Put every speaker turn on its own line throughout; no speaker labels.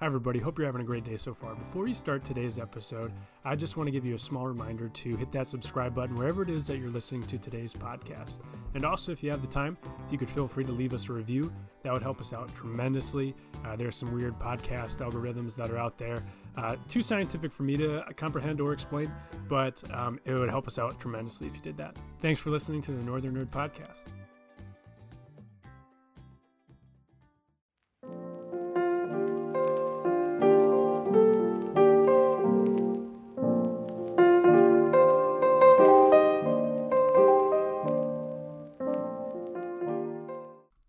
Hi, everybody. Hope you're having a great day so far. Before we start today's episode, I just want to give you a small reminder to hit that subscribe button wherever it is that you're listening to today's podcast. And also, if you have the time, if you could feel free to leave us a review, that would help us out tremendously. Uh, there are some weird podcast algorithms that are out there, uh, too scientific for me to comprehend or explain, but um, it would help us out tremendously if you did that. Thanks for listening to the Northern Nerd Podcast.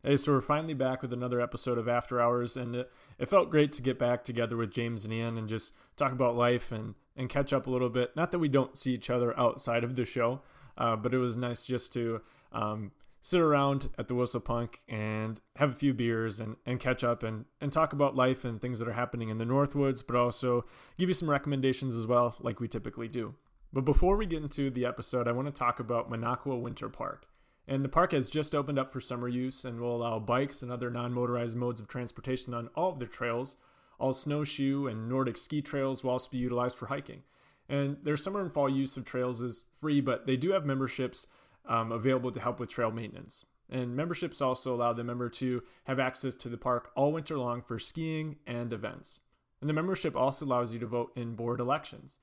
Hey, so we're finally back with another episode of After Hours, and it, it felt great to get back together with James and Ian and just talk about life and, and catch up a little bit. Not that we don't see each other outside of the show, uh, but it was nice just to um, sit around at the Whistle Punk and have a few beers and, and catch up and, and talk about life and things that are happening in the Northwoods, but also give you some recommendations as well, like we typically do. But before we get into the episode, I want to talk about Minocqua Winter Park. And the park has just opened up for summer use and will allow bikes and other non motorized modes of transportation on all of their trails. All snowshoe and Nordic ski trails will also be utilized for hiking. And their summer and fall use of trails is free, but they do have memberships um, available to help with trail maintenance. And memberships also allow the member to have access to the park all winter long for skiing and events. And the membership also allows you to vote in board elections.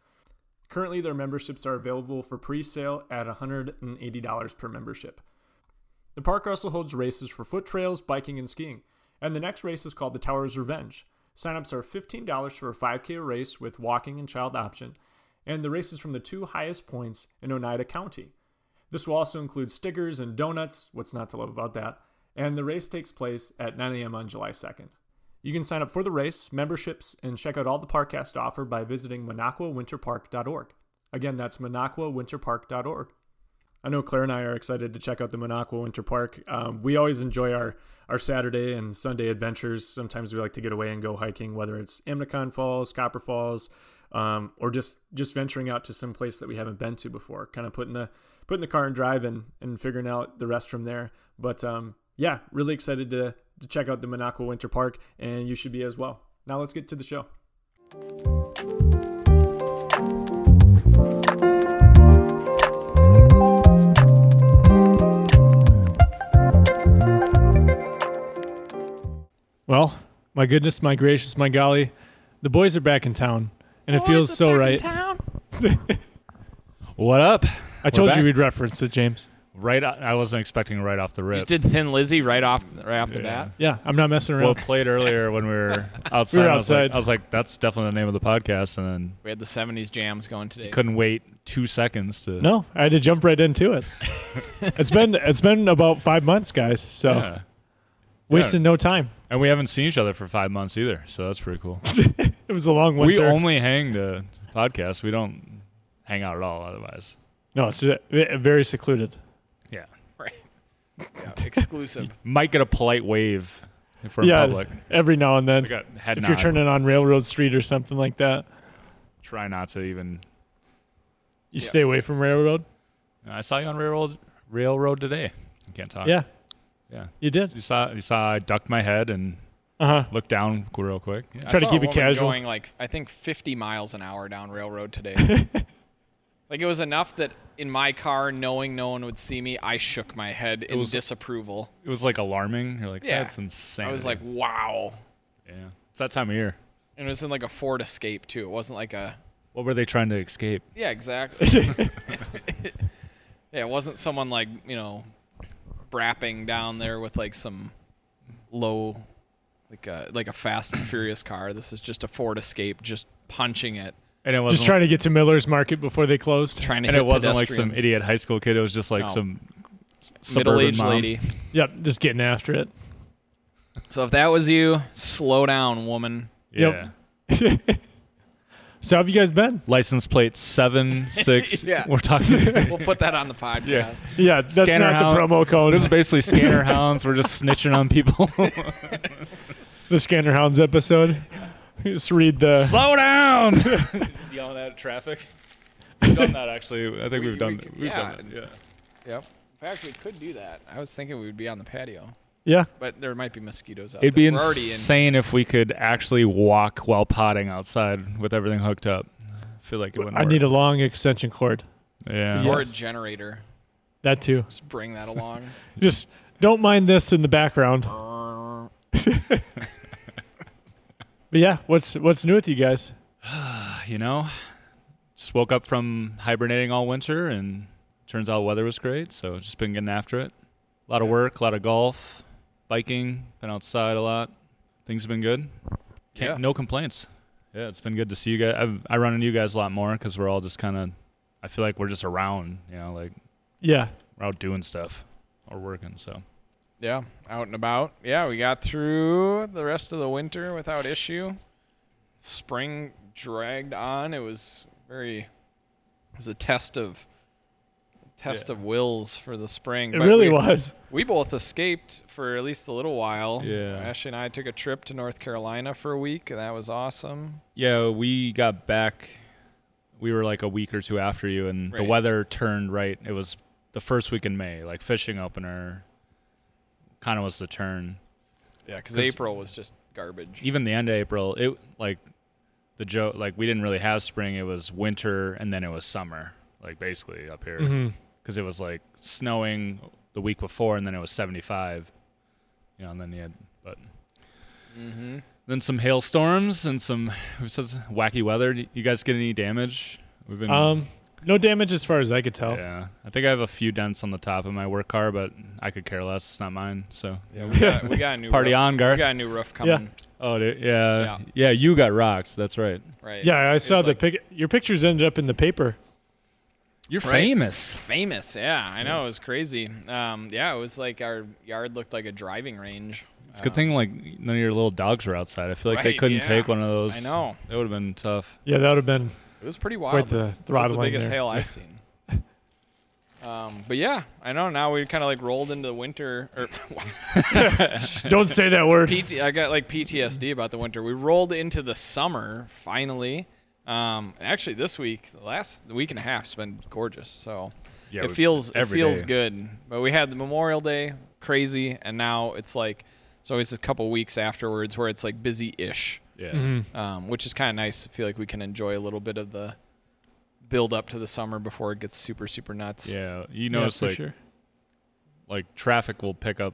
Currently, their memberships are available for pre sale at $180 per membership. The park also holds races for foot trails, biking, and skiing. And the next race is called the Tower's Revenge. Signups are $15 for a 5K race with walking and child option, and the race is from the two highest points in Oneida County. This will also include stickers and donuts, what's not to love about that, and the race takes place at 9 a.m. on July 2nd. You can sign up for the race, memberships, and check out all the park cast offer by visiting monacawinterpark.org. Again, that's monacawinterpark.org. I know Claire and I are excited to check out the Minocqua Winter Park. Um, we always enjoy our our Saturday and Sunday adventures. Sometimes we like to get away and go hiking, whether it's Amnicon Falls, Copper Falls, um, or just just venturing out to some place that we haven't been to before. Kind of putting the putting the car in drive and and figuring out the rest from there. But um, yeah, really excited to to check out the Minocqua Winter Park, and you should be as well. Now let's get to the show. Well, my goodness, my gracious, my golly, the boys are back in town, and it feels so right.
What up?
I told you we'd reference it, James.
Right, o- I wasn't expecting right off the
You
rip.
just did Thin Lizzy right off right off the bat.
Yeah, I'm not messing
well,
around.
played earlier when we were outside.
We were
I was like-
outside.
I was, like, that's definitely the name of the podcast, and then
We had the '70s jams going today.
couldn't wait two seconds to.
no, I had to jump right into it. it's been it's been about five months, guys. So
Yeah.
wasting no time.
And we haven't seen each other for five months either, so that's pretty cool.
It was a long
we
winter.
only hang the podcast. We don't hang out at all otherwise.
no, it's uh, very secluded.
Yeah.
Right. Yeah, exclusive.
Might get a polite wave if we're
yeah,
in public.
every now and then.
I got head
if
nod.
you're turning on Railroad Street or something like that,
Try not to even.
you
Yeah.
stay away from Railroad.
I saw you on railroad railroad today. I can't talk.
Yeah,
Yeah.
you
You
did.
saw. You saw. I ducked my head and
Uh huh.
looked down real quick. Yeah.
I
Try to
saw
keep
a
it
woman
casual.
Going like I think 50 miles an hour down railroad today. like it was enough that in my car, knowing no one would see me, I shook my head in
was-
disapproval.
It was like alarming. You're like,
Yeah.
that's insane.
I was like, wow.
yeah, it's that time of year.
And it was in like a Ford Escape too. It wasn't like a
What were they trying to escape?
yeah, exactly. yeah, it wasn't someone like you know, brapping down there with like some low, like a like a Fast and Furious car. This is just a Ford Escape, just punching it,
And it wasn't.
Just trying to get to Miller's Market before they closed.
trying to.
and
hit
it wasn't like some
pedestrians.
idiot high school kid. It was just like
No.
some suburban
middle-aged
mom.
lady.
Yep, just getting after it.
So if that was you, slow down, woman.
Yeah.
Yep. So how have you guys been?
License plate seven six.
Yeah.
We're talking.
We'll put that on the podcast.
Yeah.
Yeah, that's
Scanner
not
hound.
the promo code.
this is basically scanner hounds. We're just snitching on people.
the Scanner Hounds episode. Just read the.
Slow down. just yelling at traffic. We've done that actually. I think
We-
we've done.
we-
we've
yeah.
done it. Yeah.
Yep. In fact, we could do that. I was thinking we would be on the patio.
Yeah.
but there might be mosquitoes out
It'd
there.
be
We're already in-
insane if we could actually walk while potting outside with everything hooked up. I feel like it wouldn't
I need a long extension cord.
yeah.
or
Yes.
a generator.
That too.
Just bring that along.
Just don't mind this in the background. But yeah, what's what's new with you guys?
You know, just woke up from hibernating all winter, and turns out weather was great. So just been getting after it. A lot of work, a lot of golf, biking. Been outside a lot. Things have been good. Can't,
Yeah.
No complaints. Yeah, it's been good to see you guys. I've, I run into you guys a lot more because we're all just kind of. I feel like we're just around. You know, like
Yeah.
we're out doing stuff or working. So
yeah, out and about. Yeah, we got through the rest of the winter without issue. Spring dragged on. It was very. It was a test of. Test of wills for the spring.
It
but
really
we-
was.
We both escaped for at least a little while.
Yeah.
Ashley and I took a trip to North Carolina for a week, and that was awesome.
Yeah, we got back. We were like a week or two after you, and the
Right.
weather turned right. It was the first week in May, like fishing opener. Kind of was the turn.
Yeah, because
'Cause-
April was just garbage.
Even the end of April, it like the joke, like we didn't really have spring. It was winter, and then it was summer, like basically up here, because it was like snowing the week before, and then it was seventy-five. You know, and then you had but
Mm-hmm.
then some hailstorms and some it says wacky weather. Do You guys get any damage? We've been
Um, no damage as far as I could tell.
Mm. Yeah, I think I have a few dents on the top of my work car, but I could care less. It's not mine. So
Yeah, we got, we got a new
party
roof.
on,
We
Garth.
got a new roof coming.
oh, dude, yeah,
Yeah.
yeah, You got rocked. That's right.
Right.
Yeah, I
It
saw
was,
the
like,
pic. Your pictures ended up in the paper.
You're
Right.
famous.
Famous. Yeah, I know. It was crazy. Um, yeah, it was like our yard looked like a driving range.
It's a good thing like none of your little dogs were outside. I feel like they
Right,
couldn't
yeah.
take one of those.
I know.
That would have been tough.
Yeah, that would have been
Uh, It was pretty wild.
quite the
That was
throttling.
the biggest
there.
hail I've seen. Um, but yeah, I know. Now we kind of like rolled into the winter, or
Don't say that word.
PT, I got like PTSD about the winter. We rolled into the summer finally. Um, actually, this week, the last week and a half, has been gorgeous. So
Yeah,
it
we-
feels it
every
feels
day.
good. But we had the Memorial Day crazy, and now it's like it's always a couple weeks afterwards where it's like busy ish,
Yeah.
Mm-hmm.
um, which is kind of nice. I feel like we can enjoy a little bit of the build up to the summer before it gets super super nuts.
Yeah. You
Yeah,
notice
for
like
sure.
like traffic will pick up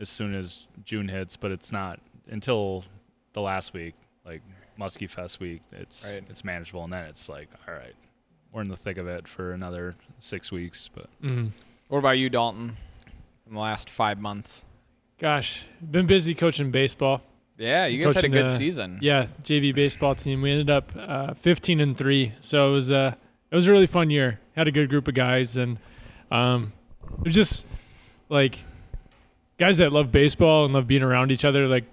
as soon as June hits, but it's not until the last week, like Muskie Fest week. It's
Right.
it's manageable, and then it's like, all right, we're in the thick of it for another six weeks. But
What about you, Dalton? In the last five months.
Gosh, been busy coaching baseball.
Yeah, you guys had a
Coaching
good
the-
uh,
season.
Yeah, JV baseball team. We ended up uh, 15 and three, so it was a uh, it was a really fun year. Had a good group of guys, and um, it was just like guys that love baseball and love being around each other. Like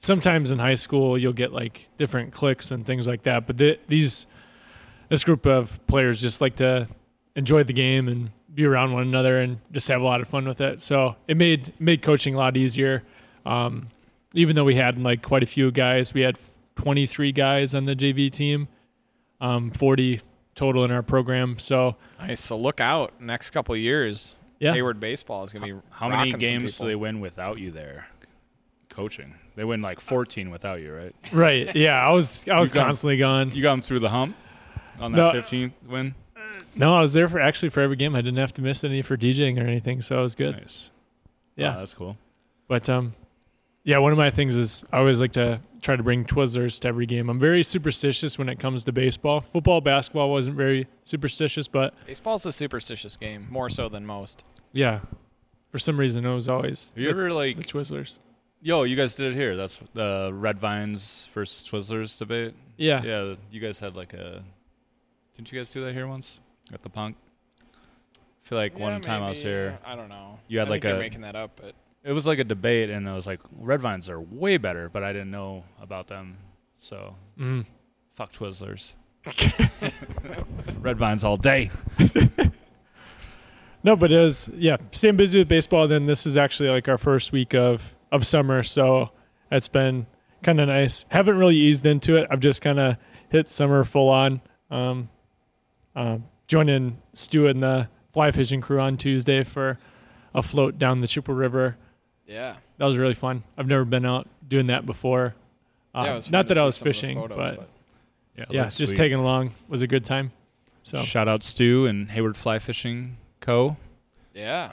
sometimes in high school, you'll get like different cliques and things like that. But th- these this group of players just like to enjoy the game and be around one another and just have a lot of fun with it. So it made made coaching a lot easier. Um, even though we had like quite a few guys, we had 23 guys on the JV team, um, 40 total in our program. So
Nice. So look out next couple of years.
Yeah.
Hayward baseball is gonna be
how
rocking
many
some
games do they
people.
win without you there? Coaching, they win like 14 without you, right?
right, yeah, I was I was
You got-
constantly gone.
You got them through the hump on
No.
that 15th win.
No, I was there for actually for every game. I didn't have to miss any for DJing or anything, so it was good.
Nice.
Yeah.
Oh, that's cool.
But um, yeah, one of my things is I always like to try to bring Twizzlers to every game. I'm very superstitious when it comes to baseball. Football, basketball wasn't very superstitious, but
Baseball's a superstitious game, more so than most.
yeah, for some reason it was always
Have you ever like
the Twizzlers.
Yo, you guys did it here. That's the Red Vines versus Twizzlers debate.
Yeah.
Yeah, you guys had like a. Didn't you guys do that here once at the punk? I feel like one time I was here,
I don't know.
You had
I
like
think you're
a-
making that up, but
it was like a debate, and I was like, Red Vines are way better, but I didn't know about them. So,
Mhm.
fuck Twizzlers. Red Vines all day.
No, but it was yeah, staying busy with baseball. Then this is actually like our first week of of summer, so it's been kind of nice. Haven't really eased into it. I've just kind of hit summer full on. Um, um, joining Stu and the fly fishing crew on Tuesday for a float down the Chippewa River.
Yeah.
That was really fun. I've never been out doing that before. Uh,
yeah it was fun
not
to
that I
see
was
some of the
fishing,
photos,
but,
Yeah, it
yeah,
looks
just
sweet.
tagging along was a good time. So
Shout out Stu and Hayward Fly Fishing Co.
yeah,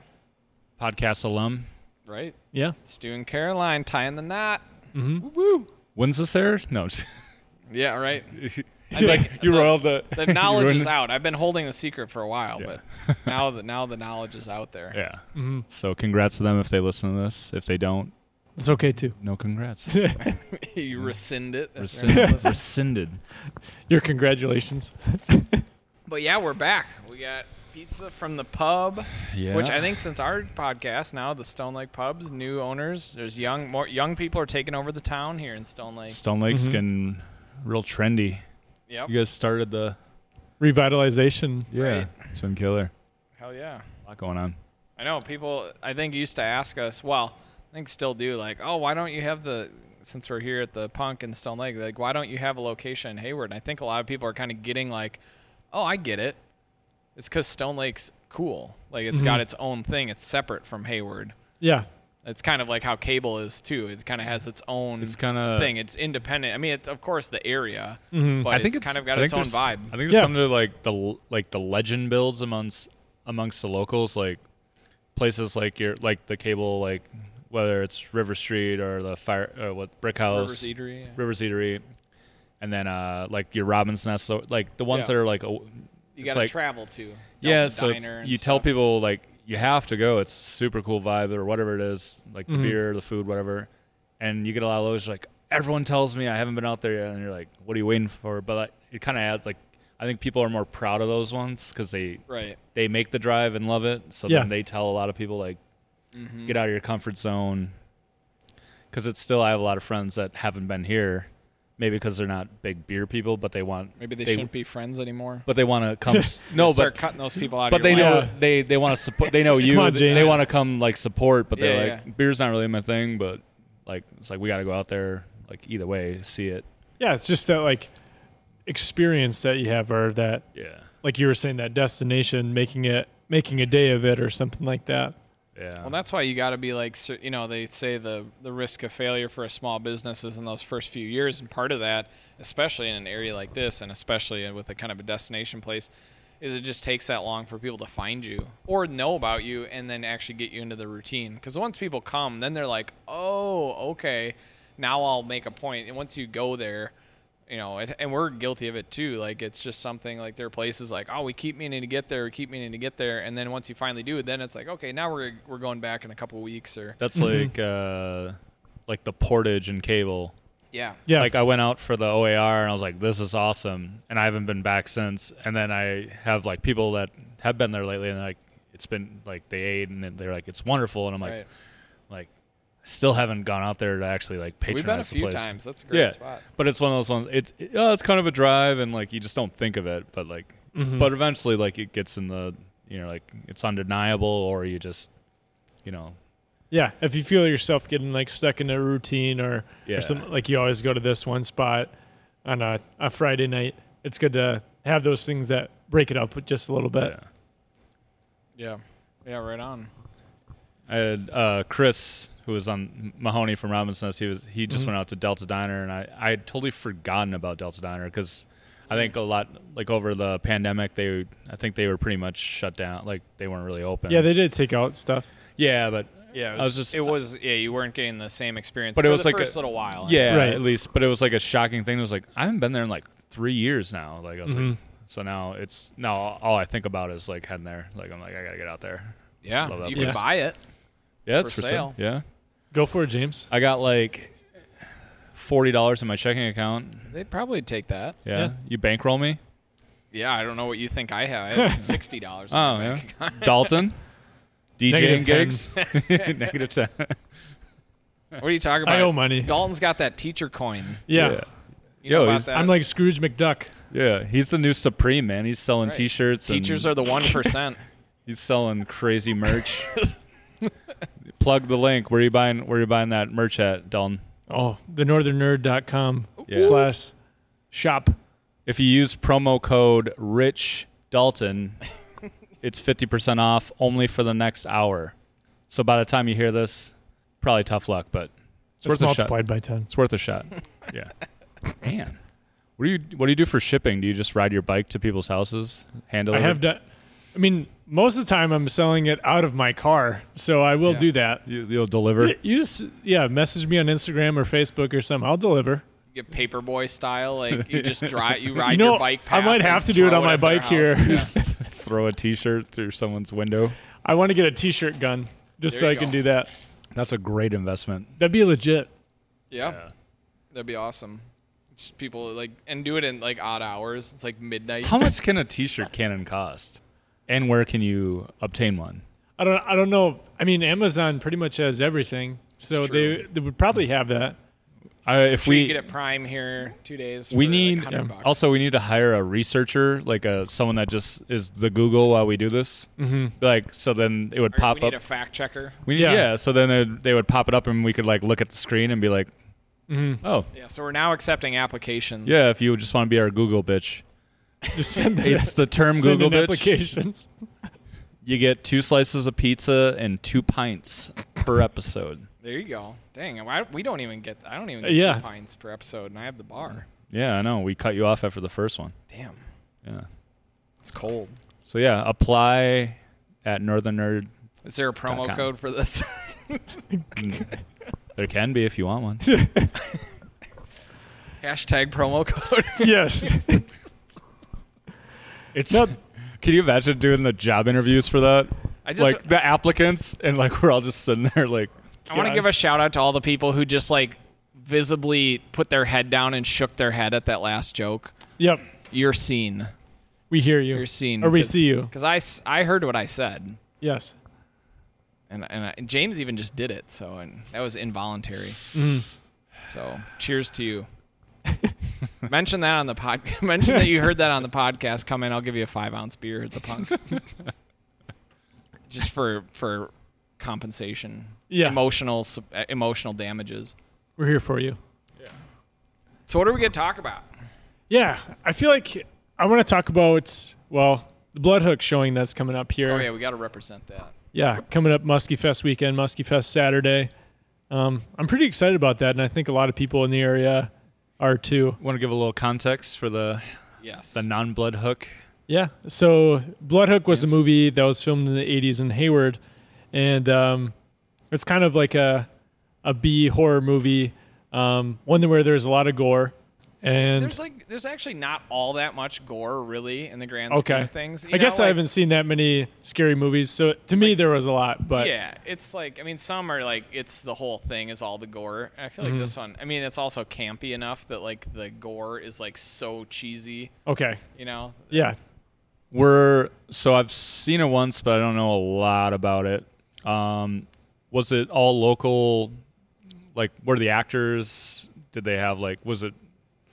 podcast alum.
right.
yeah,
Stu and Caroline tying the knot.
mm-hmm.
Woo.
When's this air? No, just-
Yeah, right.
like you
the-
roiled the
The
you
knowledge
ruined
is
it.
out. I've been holding the secret for a while,
Yeah.
but now the now the knowledge is out there.
Yeah.
Mm-hmm.
So congrats to them if they listen to this. If they don't,
it's okay too.
no congrats.
you rescind it. if they're not
Mm-hmm. Rescind,
listening.
rescinded.
Your congratulations.
But yeah, we're back. We got pizza from the pub,
Yeah.
which I think since our podcast now, the Stone Lake pubs, new owners, there's young more young people are taking over the town here in Stone Lake.
Stone Lake's
Mhm.
getting real trendy.
Yep.
You guys started the
Revitalization.
yeah.
Right.
It's been killer.
Hell yeah.
A lot going on.
I know people. I think used to ask us. Well, I think still do. Like, oh, why don't you have the? Since we're here at the Punk in Stone Lake, like, why don't you have a location in Hayward? And I think a lot of people are kind of getting like, oh, I get it. It's because Stone Lake's cool. Like, it's got
Mhm.
its own thing. It's separate from Hayward.
Yeah,
It's kind of like how cable is too. It kind of has its own
It's kinda- Mm-hmm.
thing. It's independent. I mean, it's of course the area,
Mhm.
but it's, kind of got
I
its own
think there's-
vibe.
I think there's
Yeah.
something to like the l- like the legend builds amongst amongst the locals, like places like your like the cable, like whether it's River Street or the fire or what Brick House,
Rivers Eatery. yeah.
Rivers Eatery, and then uh like your Robin's Nest, so, like the ones
Yeah.
that are like a,
You
it's
got to
like-
travel to.
yeah,
Delta
so it's-
Diner and
you tell
stuff.
people like you have to go. It's super cool vibe or whatever it is, like the
Mm-hmm.
Mhm.
beer, the food, whatever. And you get a lot of those like everyone tells me I haven't been out there yet, and you're like, what are you waiting for? But like, it kind of adds like I think people are more proud of those ones because they
Right.
they make the drive and love it. So
Yeah.
then they tell a lot of people like
Mm-hmm.
get out of your comfort zone because it's still I have a lot of friends that haven't been here, maybe because they're not big beer people, but they want
Maybe they,
they-
shouldn't be friends anymore.
but they want to come. s- no, but
start cutting those people out.
but
of your
they
life.
know
Yeah.
they they want to support. They know you.
on,
they
James.
want to come like support, but they're
Yeah,
like,
yeah.
beer's not really my thing. But like, it's like we got to go out there. Like either way, see it.
yeah. It's just that like experience that you have, or that
Yeah,
like you were saying, that destination, making it, making a day of it, or something like that.
yeah.
Well, that's why you got to be like, cer- you know, they say the the risk of failure for a small business is in those first few years, and part of that, especially in an area like this, and especially with a kind of a destination place, is it just takes that long for people to find you or know about you, and then actually get you into the routine. Because once people come, then they're like, oh, okay, now I'll make a point. And once you go there. You know, it, and we're guilty of it too. Like it's just something like there are places like, oh, we keep meaning to get there, we keep meaning to get there, and then once you finally do, then it's like, okay, now we're we're going back in a couple weeks or
that's like
Mm-hmm.
uh, like the portage and cable.
yeah,
Yeah,
Like I went out for the OAR and I was like, this is awesome, and I haven't been back since. And then I have like people that have been there lately, and like it's been like they ate and then they're like it's wonderful, and I'm like
right.
like still haven't gone out there to actually like patronize
We've been a
the
few
place.
times. That's a great
yeah,
spot.
but it's one of those ones. It, it- oh, it's kind of a drive, and like you just don't think of it, but like,
Mm-hmm.
but eventually, like it gets in the you know like it's undeniable, or you just you know
yeah. If you feel yourself getting like stuck in a routine, or
Yeah.
or some like you always go to this one spot on a, a Friday night, it's good to have those things that break it up just a little bit.
yeah.
Yeah, yeah, right on.
I had uh, Chris, who was on Mahoney from Robinson. He was he
Mm-hmm.
just went out to Delta Diner, and I I had totally forgotten about Delta Diner because I think a lot like over the pandemic they I think they were pretty much shut down, like they weren't really open.
Yeah, they did take out stuff.
yeah, but
Yeah, it was,
I was just-
it was yeah, you weren't getting the same experience,
But it
for
was
the
like
first
a-
little while.
Yeah,
Right.
at least. But it was like a shocking thing. It was like I haven't been there in like three years now. Like I was
Mm-hmm.
like, so now it's now all I think about is like heading there. Like I'm like I gotta get out there.
yeah,
Love that
you
place.
can buy it.
Yeah,
It's
it's
for
for sale.
sale.
Yeah,
Go for it, James.
I got like forty dollars in my checking account.
They'd probably take that.
Yeah,
Yeah.
you bankroll me.
Yeah, I don't know what you think I have. I have sixty dollars.
Oh yeah, Dalton. DJing
Negative 10.
gigs, negative ten.
What are you talking about?
I owe money.
Dalton's got that teacher coin.
Yeah.
You know
Yo,
about
he's-
that?
I'm like Scrooge McDuck.
yeah, he's the new supreme man. He's selling
Right.
T-shirts. and
teachers are the one percent.
He's selling crazy merch. Plug the link. Where you buying? Where you buying that merch at, Dalton?
Oh, thenorthernnerd.com
Yeah.
slash shop.
If you use promo code Rich Dalton, it's fifty percent off only for the next hour. So by the time you hear this, probably tough luck, but it's
It's
worth a shot.
multiplied by ten.
It's worth a shot. Yeah. Man, what do you what do you do for shipping? Do you just ride your bike to people's houses, handle
I
it?
have done. I mean, most of the time I'm selling it out of my car, so I will
Yeah.
do that.
You, you'll deliver.
Y- You just yeah, message me on Instagram or Facebook or something. I'll deliver.
You get paperboy style, like you just drive, you ride
You know,
your bike.
I
Past
might
and
have to do it
throw
on my
at their
bike
house.
here.
Yeah.
Throw a T-shirt through someone's window.
I want to get a T-shirt gun just
There
so I
you
can
go.
do that.
That's a great investment.
That'd be legit.
Yeah. That'd be awesome. Just people like and do it in like odd hours. It's like midnight.
How much can a T-shirt cannon cost? And where can you obtain one?
I don't. I don't know. I mean, Amazon pretty much has everything, so they
true.
they would probably have that.
I, Uh, if
Sure, you
we
get it prime here two days.
we
for, like,
need
100
um,
bucks.
also we need to hire a researcher, like a someone that just is the Google while we do this. Mm-hmm. Like so, then it would
Or
pop
we
up.
need a fact checker.
we need,
Yeah.
yeah. So then it, they would pop it up, and we could like look at the screen and be like, "Oh,
Yeah, so we're now accepting applications.
yeah." If you just want to be our Google bitch,
Just send the,
it's the term
send
Google
in
bitch.
applications.
You get two slices of pizza and two pints per episode.
There you go. Dang, I, we don't even get. I don't even get
Yeah.
two pints per episode, and I have the bar.
Yeah, I know. We cut you off after the first one.
Damn,
Yeah.
it's cold.
So yeah, apply at Northern Nerd.
Is there a promo
com.
code for this?
There can be if you want one.
Hashtag promo code.
yes.
It's
Nope.
Can you imagine doing the job interviews for that?
I just-
like the applicants and like we're all just sitting there like
I want to give a shout out to all the people who just like visibly put their head down and shook their head at that last joke.
Yep.
You're seen.
We hear you.
You're seen.
Or we see you.
Because I, s- I heard what I said.
Yes.
And, and, I, and James even just did it. So and that was involuntary.
Mm-hmm.
So cheers to you. mention that on the pod. mention that you heard that on the podcast. Come in. I'll give you a five ounce beer at the punk. just for for compensation.
Yeah.
Emotional s- uh, emotional damages.
We're here for you.
So what are we gonna talk about?
Yeah. I feel like I want to talk about well the blood hook showing that's coming up here.
Oh yeah, we got to represent that.
Yeah, coming up Muskie Fest weekend, Muskie Fest Saturday. Um, I'm pretty excited about that, and I think a lot of people in the area are too.
want to give a little context for the
Yes.
the non-blood hook.
Yeah. So Bloodhook was a movie that was filmed in the 80s in Hayward, and um, it's kind of like a a B horror movie, um, one where there's a lot of gore, and
there's like there's actually not all that much gore really in the grand scheme
okay
of things. You
I guess
know,
I
like-
haven't seen that many scary movies, so to me there was a lot, but
Yeah, it's like I mean, some are like it's the whole thing is all the gore. And I feel
Mm-hmm.
like this one. I mean, it's also campy enough that like the gore is like so cheesy.
okay,
You know,
yeah,
We're so I've seen it once, but I don't know a lot about it. Um, was it all local? Like, were the actors? Did they have like? Was it?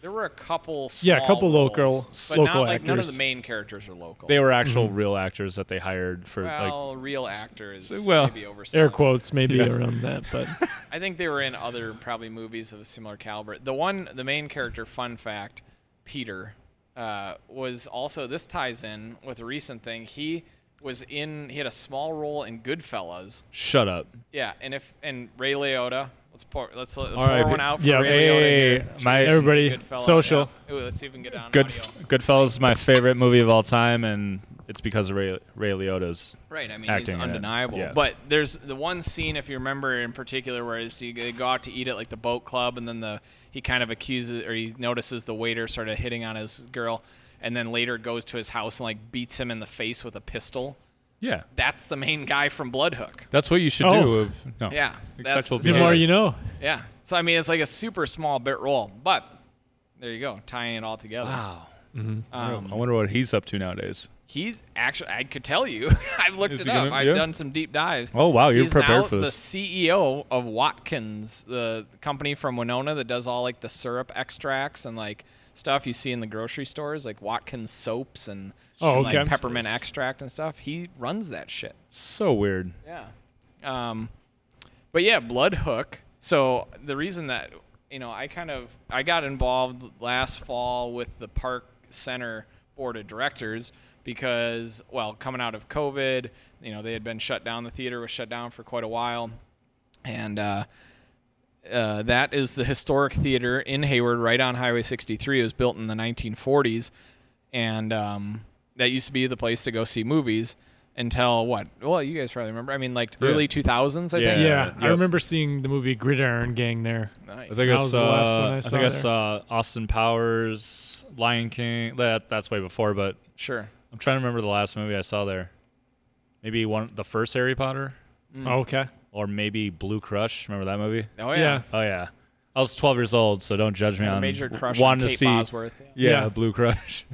there were a couple. Small
Yeah, a couple local-
roles, but
local
not, like, None of
actors.
the main characters are local.
They were actual
Mm-hmm.
real actors that they hired for like.
well, real actors.
well,
maybe overselling
air
it.
quotes maybe around that, but
I think they were in other probably movies of a similar caliber. The one, the main character, fun fact, Peter, uh, was also this ties in with a recent thing. He was in. He had a small role in Goodfellas.
Shut up!
Yeah, and if and Ray Liotta. Let's pour. Let's uh, pour
right,
one out for
yeah,
Ray
hey,
Liotta here.
my-
Cheers to
Everybody,
Goodfellas.
social.
Yeah. Ooh, let's see if we can get it on
Good,
audio.
Goodfellas is my favorite movie of all time, and it's because of Ray, Ray Liotta's
Right, I mean
acting
he's
in it.
undeniable.
Yeah.
But there's the one scene, if you remember in particular, where it's- you- they go out to eat at like the boat club, and then the he kind of accuses or he notices the waiter sort of hitting on his girl, and then later goes to his house and like beats him in the face with a pistol.
Yeah,
That's the main guy from Bloodhook.
that's what you should
Oh.
do. Of, no.
Yeah, that's-
Sexual
the
Yeah.
more
abuse.
you know.
Yeah, so I mean it's like a super small bit role, but there you go, tying it all together.
Wow.
Um,
I wonder what he's up to nowadays.
He's actually, I could tell you. I've looked
Is
it
he
up.
gonna-
I've
yeah?
done some deep dives.
Oh, wow, you're
He's now
prepared for this.
The CEO of Watkins, the company from Winona that does all like the syrup extracts and like stuff you see in the grocery stores, like Watkins soaps and
Oh,
and, like,
okay.
peppermint extract and stuff. He runs that shit.
So weird.
Yeah. Um, but yeah, Blood Hook. So the reason that you know I kind of I got involved last fall with the Park Center Board of Directors because well, coming out of COVID, you know they had been shut down. The theater was shut down for quite a while and uh, uh, that is the historic theater in Hayward, right on Highway 63. It was built in the 1940s, and um, that used to be the place to go see movies until what? Well, you guys probably remember. I mean, like
Yeah.
early 2000s, I
Yeah.
think.
Yeah, I
yep.
remember seeing the movie Gridiron Gang there.
I
Nice.
think
That
I
was the
saw.
last one I
I,
saw
think I
there.
saw Austin Powers, Lion King. That that's way before, but
Sure.
I'm trying to remember the last movie I saw there. Maybe one, the first Harry Potter,
Mm.
Oh, okay.
or maybe Blue Crush. Remember that movie?
Oh
Yeah.
yeah.
Oh yeah, I was 12 years old, so don't judge me
Had a
on
major crush
wanting
on Kate
to Um, see.
Bosworth.
Yeah,
Yeah.
Blue Crush.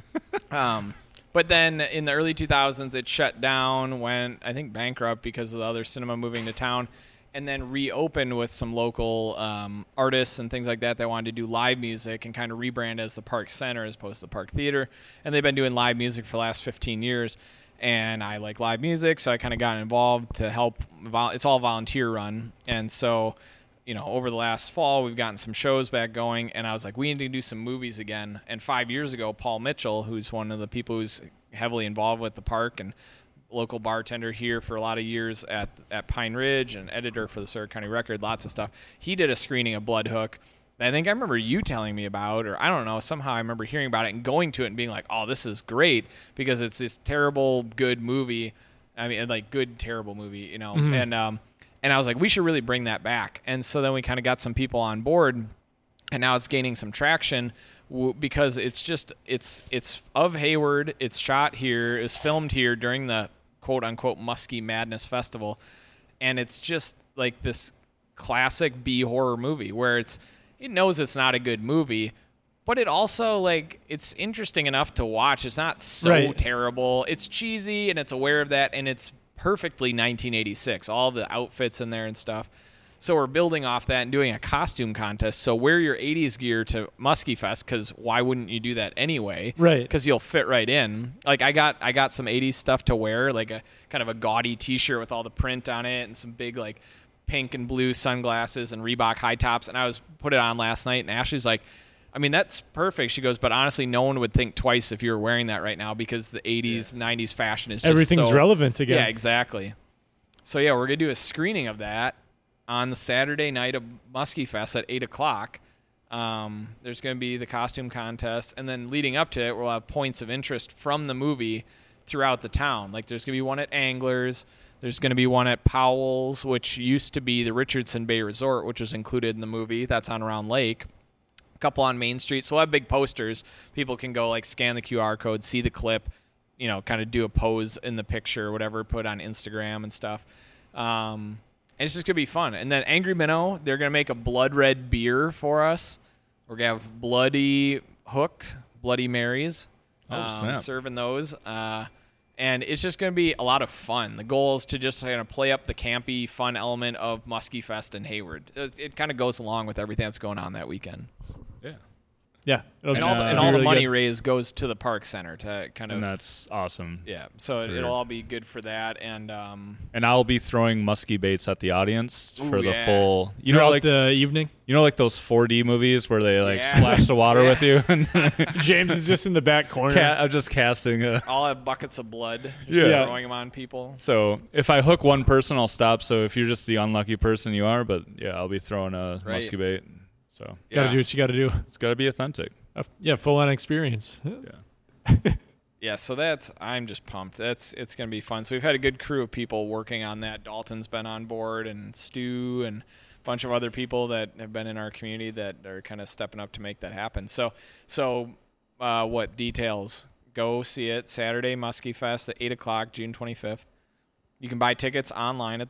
Um, but then in the early 2000s, it shut down, went, I think, bankrupt because of the other cinema moving to town, and then reopened with some local um, artists and things like that that wanted to do live music and kind of rebrand as the Park Center as opposed to the Park Theater. And they've been doing live music for the last 15 years. And I like live music, so I kind of got involved to help. Vol- it's all volunteer run. And so you know, over the last fall, we've gotten some shows back going, and I was like, we need to do some movies again. And five years ago, Paul Mitchell, who's one of the people who's heavily involved with the park and local bartender here for a lot of years at at Pine Ridge and editor for the Surrey County Record, lots of stuff. He did a screening of Blood Hook. that I think I remember you telling me about, or I don't know, somehow I remember hearing about it and going to it and being like, oh, this is great because it's this terrible, good movie. I mean, like, good, terrible movie, you know? And, um, and I was like, we should really bring that back. And so then we kind of got some people on board, and now it's gaining some traction w- because it's just it's it's of Hayward. It's shot here, is filmed here during the quote unquote Muskie Madness Festival, and it's just like this classic B horror movie where it's it knows it's not a good movie. But it also like it's interesting enough to watch. It's not so
Right.
terrible. It's cheesy and it's aware of that and it's perfectly 1986. All the outfits in there and stuff. So we're building off that and doing a costume contest. So wear your 80s gear to Muskie Fest cuz why wouldn't you do that anyway?
Right.
Cuz you'll fit right in. Like I got I got some 80s stuff to wear, like a kind of a gaudy t-shirt with all the print on it and some big like pink and blue sunglasses and Reebok high tops and I was put it on last night and Ashley's like I mean, that's perfect. She goes, but honestly, no one would think twice if you were wearing that right now because the 80s, 90s fashion is just
Everything's
so-
relevant again.
Yeah, exactly. So, yeah, we're going to do a screening of that on the Saturday night of Muskie Fest at 8 o'clock. Um, there's going to be the costume contest. And then leading up to it, we'll have points of interest from the movie throughout the town. Like, there's going to be one at Anglers. There's going to be one at Powell's, which used to be the Richardson Bay Resort, which was included in the movie. That's on Round Lake couple on Main Street. So we'll have big posters. People can go like scan the QR code, see the clip, you know, kind of do a pose in the picture or whatever, put on Instagram and stuff. Um, and it's just gonna be fun. And then Angry Minnow, they're gonna make a blood red beer for us. We're gonna have bloody hook, bloody Marys.
Oh,
um,
snap.
Serving those. Uh, and it's just going to be a lot of fun. The goal is to just kind of play up the campy, fun element of Muskie Fest and Hayward. It, it kind of goes along with everything that's going on that weekend
yeah,
Yeah. It'll
and
be-
all the,
it'll
and
be
all the
uh, really
money
good.
raised goes to the park center to kind
and
of
that's awesome.
yeah so it,
for-
it'll all be good for that and um
And I'll be throwing musky baits at the audience
Ooh,
for the
yeah.
full. You know,
Throughout
like
the evening,
you know, like those 4D movies where they like
Yeah.
splash the water
Yeah.
with you. And
James is just in the back corner.
ca- I'm just casting. A,
I'll have buckets of blood just
Yeah.
throwing them on people.
so if I hook one person, I'll stop. So if you're just the unlucky person, you are. But yeah, I'll be throwing a
Right.
musky bait. So
Got to
yeah.
do what you got to do.
it's got to be authentic.
Uh, yeah, full on experience.
Yeah, so that's I'm just pumped. That's it's gonna be fun. So we've had a good crew of people working on that. Dalton's been on board and Stu and a bunch of other people that have been in our community that are kind of stepping up to make that happen. So so uh, what details? Go see it Saturday, Muskie Fest at eight o'clock, June twenty fifth. You can buy tickets online at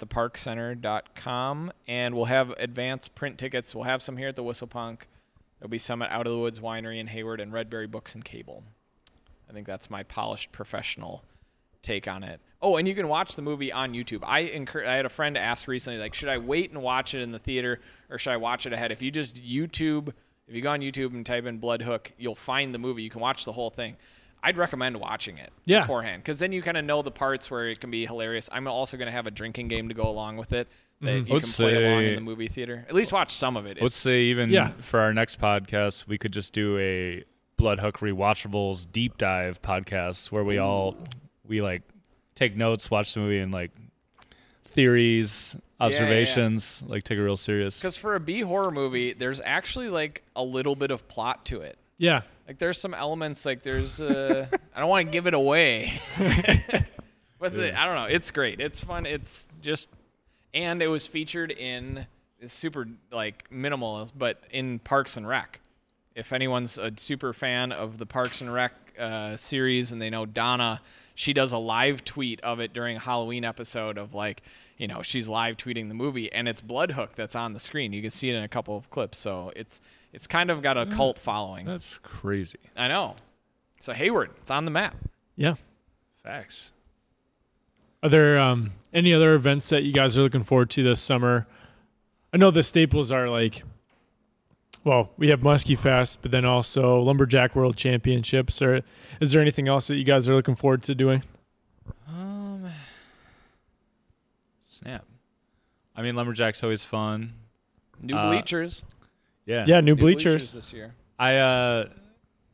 theparkcenter.com, and we'll have advanced print tickets. We'll have some here at the Whistle Punk. There'll be some at Out of the Woods Winery in Hayward and Redberry Books and Cable. I think that's my polished professional take on it. Oh, and you can watch the movie on YouTube. I incur- I had a friend ask recently, like, should I wait and watch it in the theater or should I watch it ahead? If you just YouTube, if you go on YouTube and type in Blood Hook, you'll find the movie. You can watch the whole thing. I'd recommend watching it
Yeah.
beforehand because then you kind of know the parts where it can be hilarious. I'm also going to have a drinking game to go along with it that you
Let's
can play along in
say-
the movie theater. At least watch some of it.
Let's say even
Yeah.
for our next podcast, we could just do a Bloodhook rewatchables deep dive podcast where we all we like take notes, watch the movie, and like theories,
yeah.
observations, like take it real serious.
Because for a B horror movie, there's actually like a little bit of plot to it.
Yeah.
Like there's some elements. Like there's. Uh, I don't want to give it away. but the, I don't know. It's great. It's fun. It's just. And it was featured in it's super like minimal, but in Parks and Rec. If anyone's a super fan of the Parks and Rec uh, series and they know Donna, she does a live tweet of it during a Halloween episode of like, you know, she's live tweeting the movie and it's Bloodhook that's on the screen. You can see it in a couple of clips. So it's it's kind of got a cult following.
That's crazy.
I know. So Hayward, it's on the map.
Yeah.
Facts.
Are there um, any other events that you guys are looking forward to this summer? I know the staples are like, well, we have Muskie Fest, but then also Lumberjack World Championships. Or is there anything else that you guys are looking forward to doing?
Um, snap. I mean, lumberjack's always fun.
New
Uh,
bleachers.
Yeah.
Yeah,
New
new, bleachers.
this year.
I uh,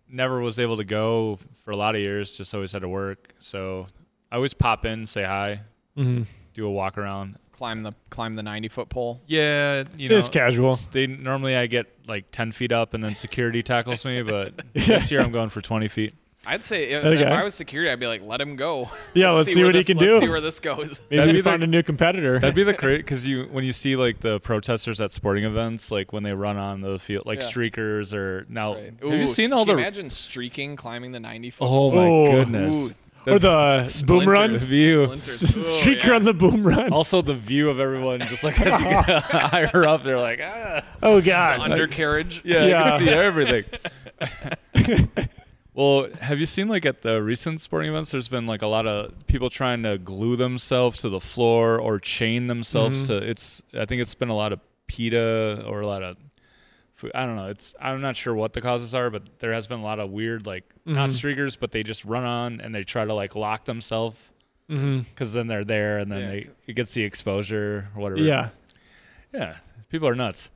never was able to go for a lot of years. Just always had to work. So I always pop in, say hi,
Mm-hmm.
do a walk around.
Climb the climb the 90 foot pole.
Yeah, you know.
it's casual.
They normally I get like ten feet up and then security tackles me, but this year I'm going for twenty feet.
I'd say if, if
Okay.
I was security, I'd be like, let him go.
Yeah, let's see
where
what he
this-
can
let's
do.
See where this goes.
Maybe
be
we
the-
found a new competitor.
That'd be the crazy because you when you see like the protesters at sporting events, like when they run on the field, like
Yeah.
streakers or now.
Right.
have
Ooh,
you seen
can
all the?
Imagine streaking climbing the 90 foot.
oh my
Oh.
goodness!
Ooh,
or the boom run.
Splinters. View.
Splinters. Ooh,
Streaker
yeah.
on the boom run.
Also, the view of everyone just like as you get higher up, they're like, ah,
Oh, God.
undercarriage.
yeah, I
Yeah.
can see everything. well, have you seen like at the recent sporting events? There's been like a lot of people trying to glue themselves to the floor or chain themselves
Mm-hmm.
to. It's I think it's been a lot of PETA or a lot of. food- I don't know. It's I'm not sure what the causes are, but there has been a lot of weird like not streakers, but they just run on and they try to like lock themselves
mm-hmm.
because then they're there and then
Yeah.
they it gets the exposure or whatever.
Yeah.
Yeah, people are nuts.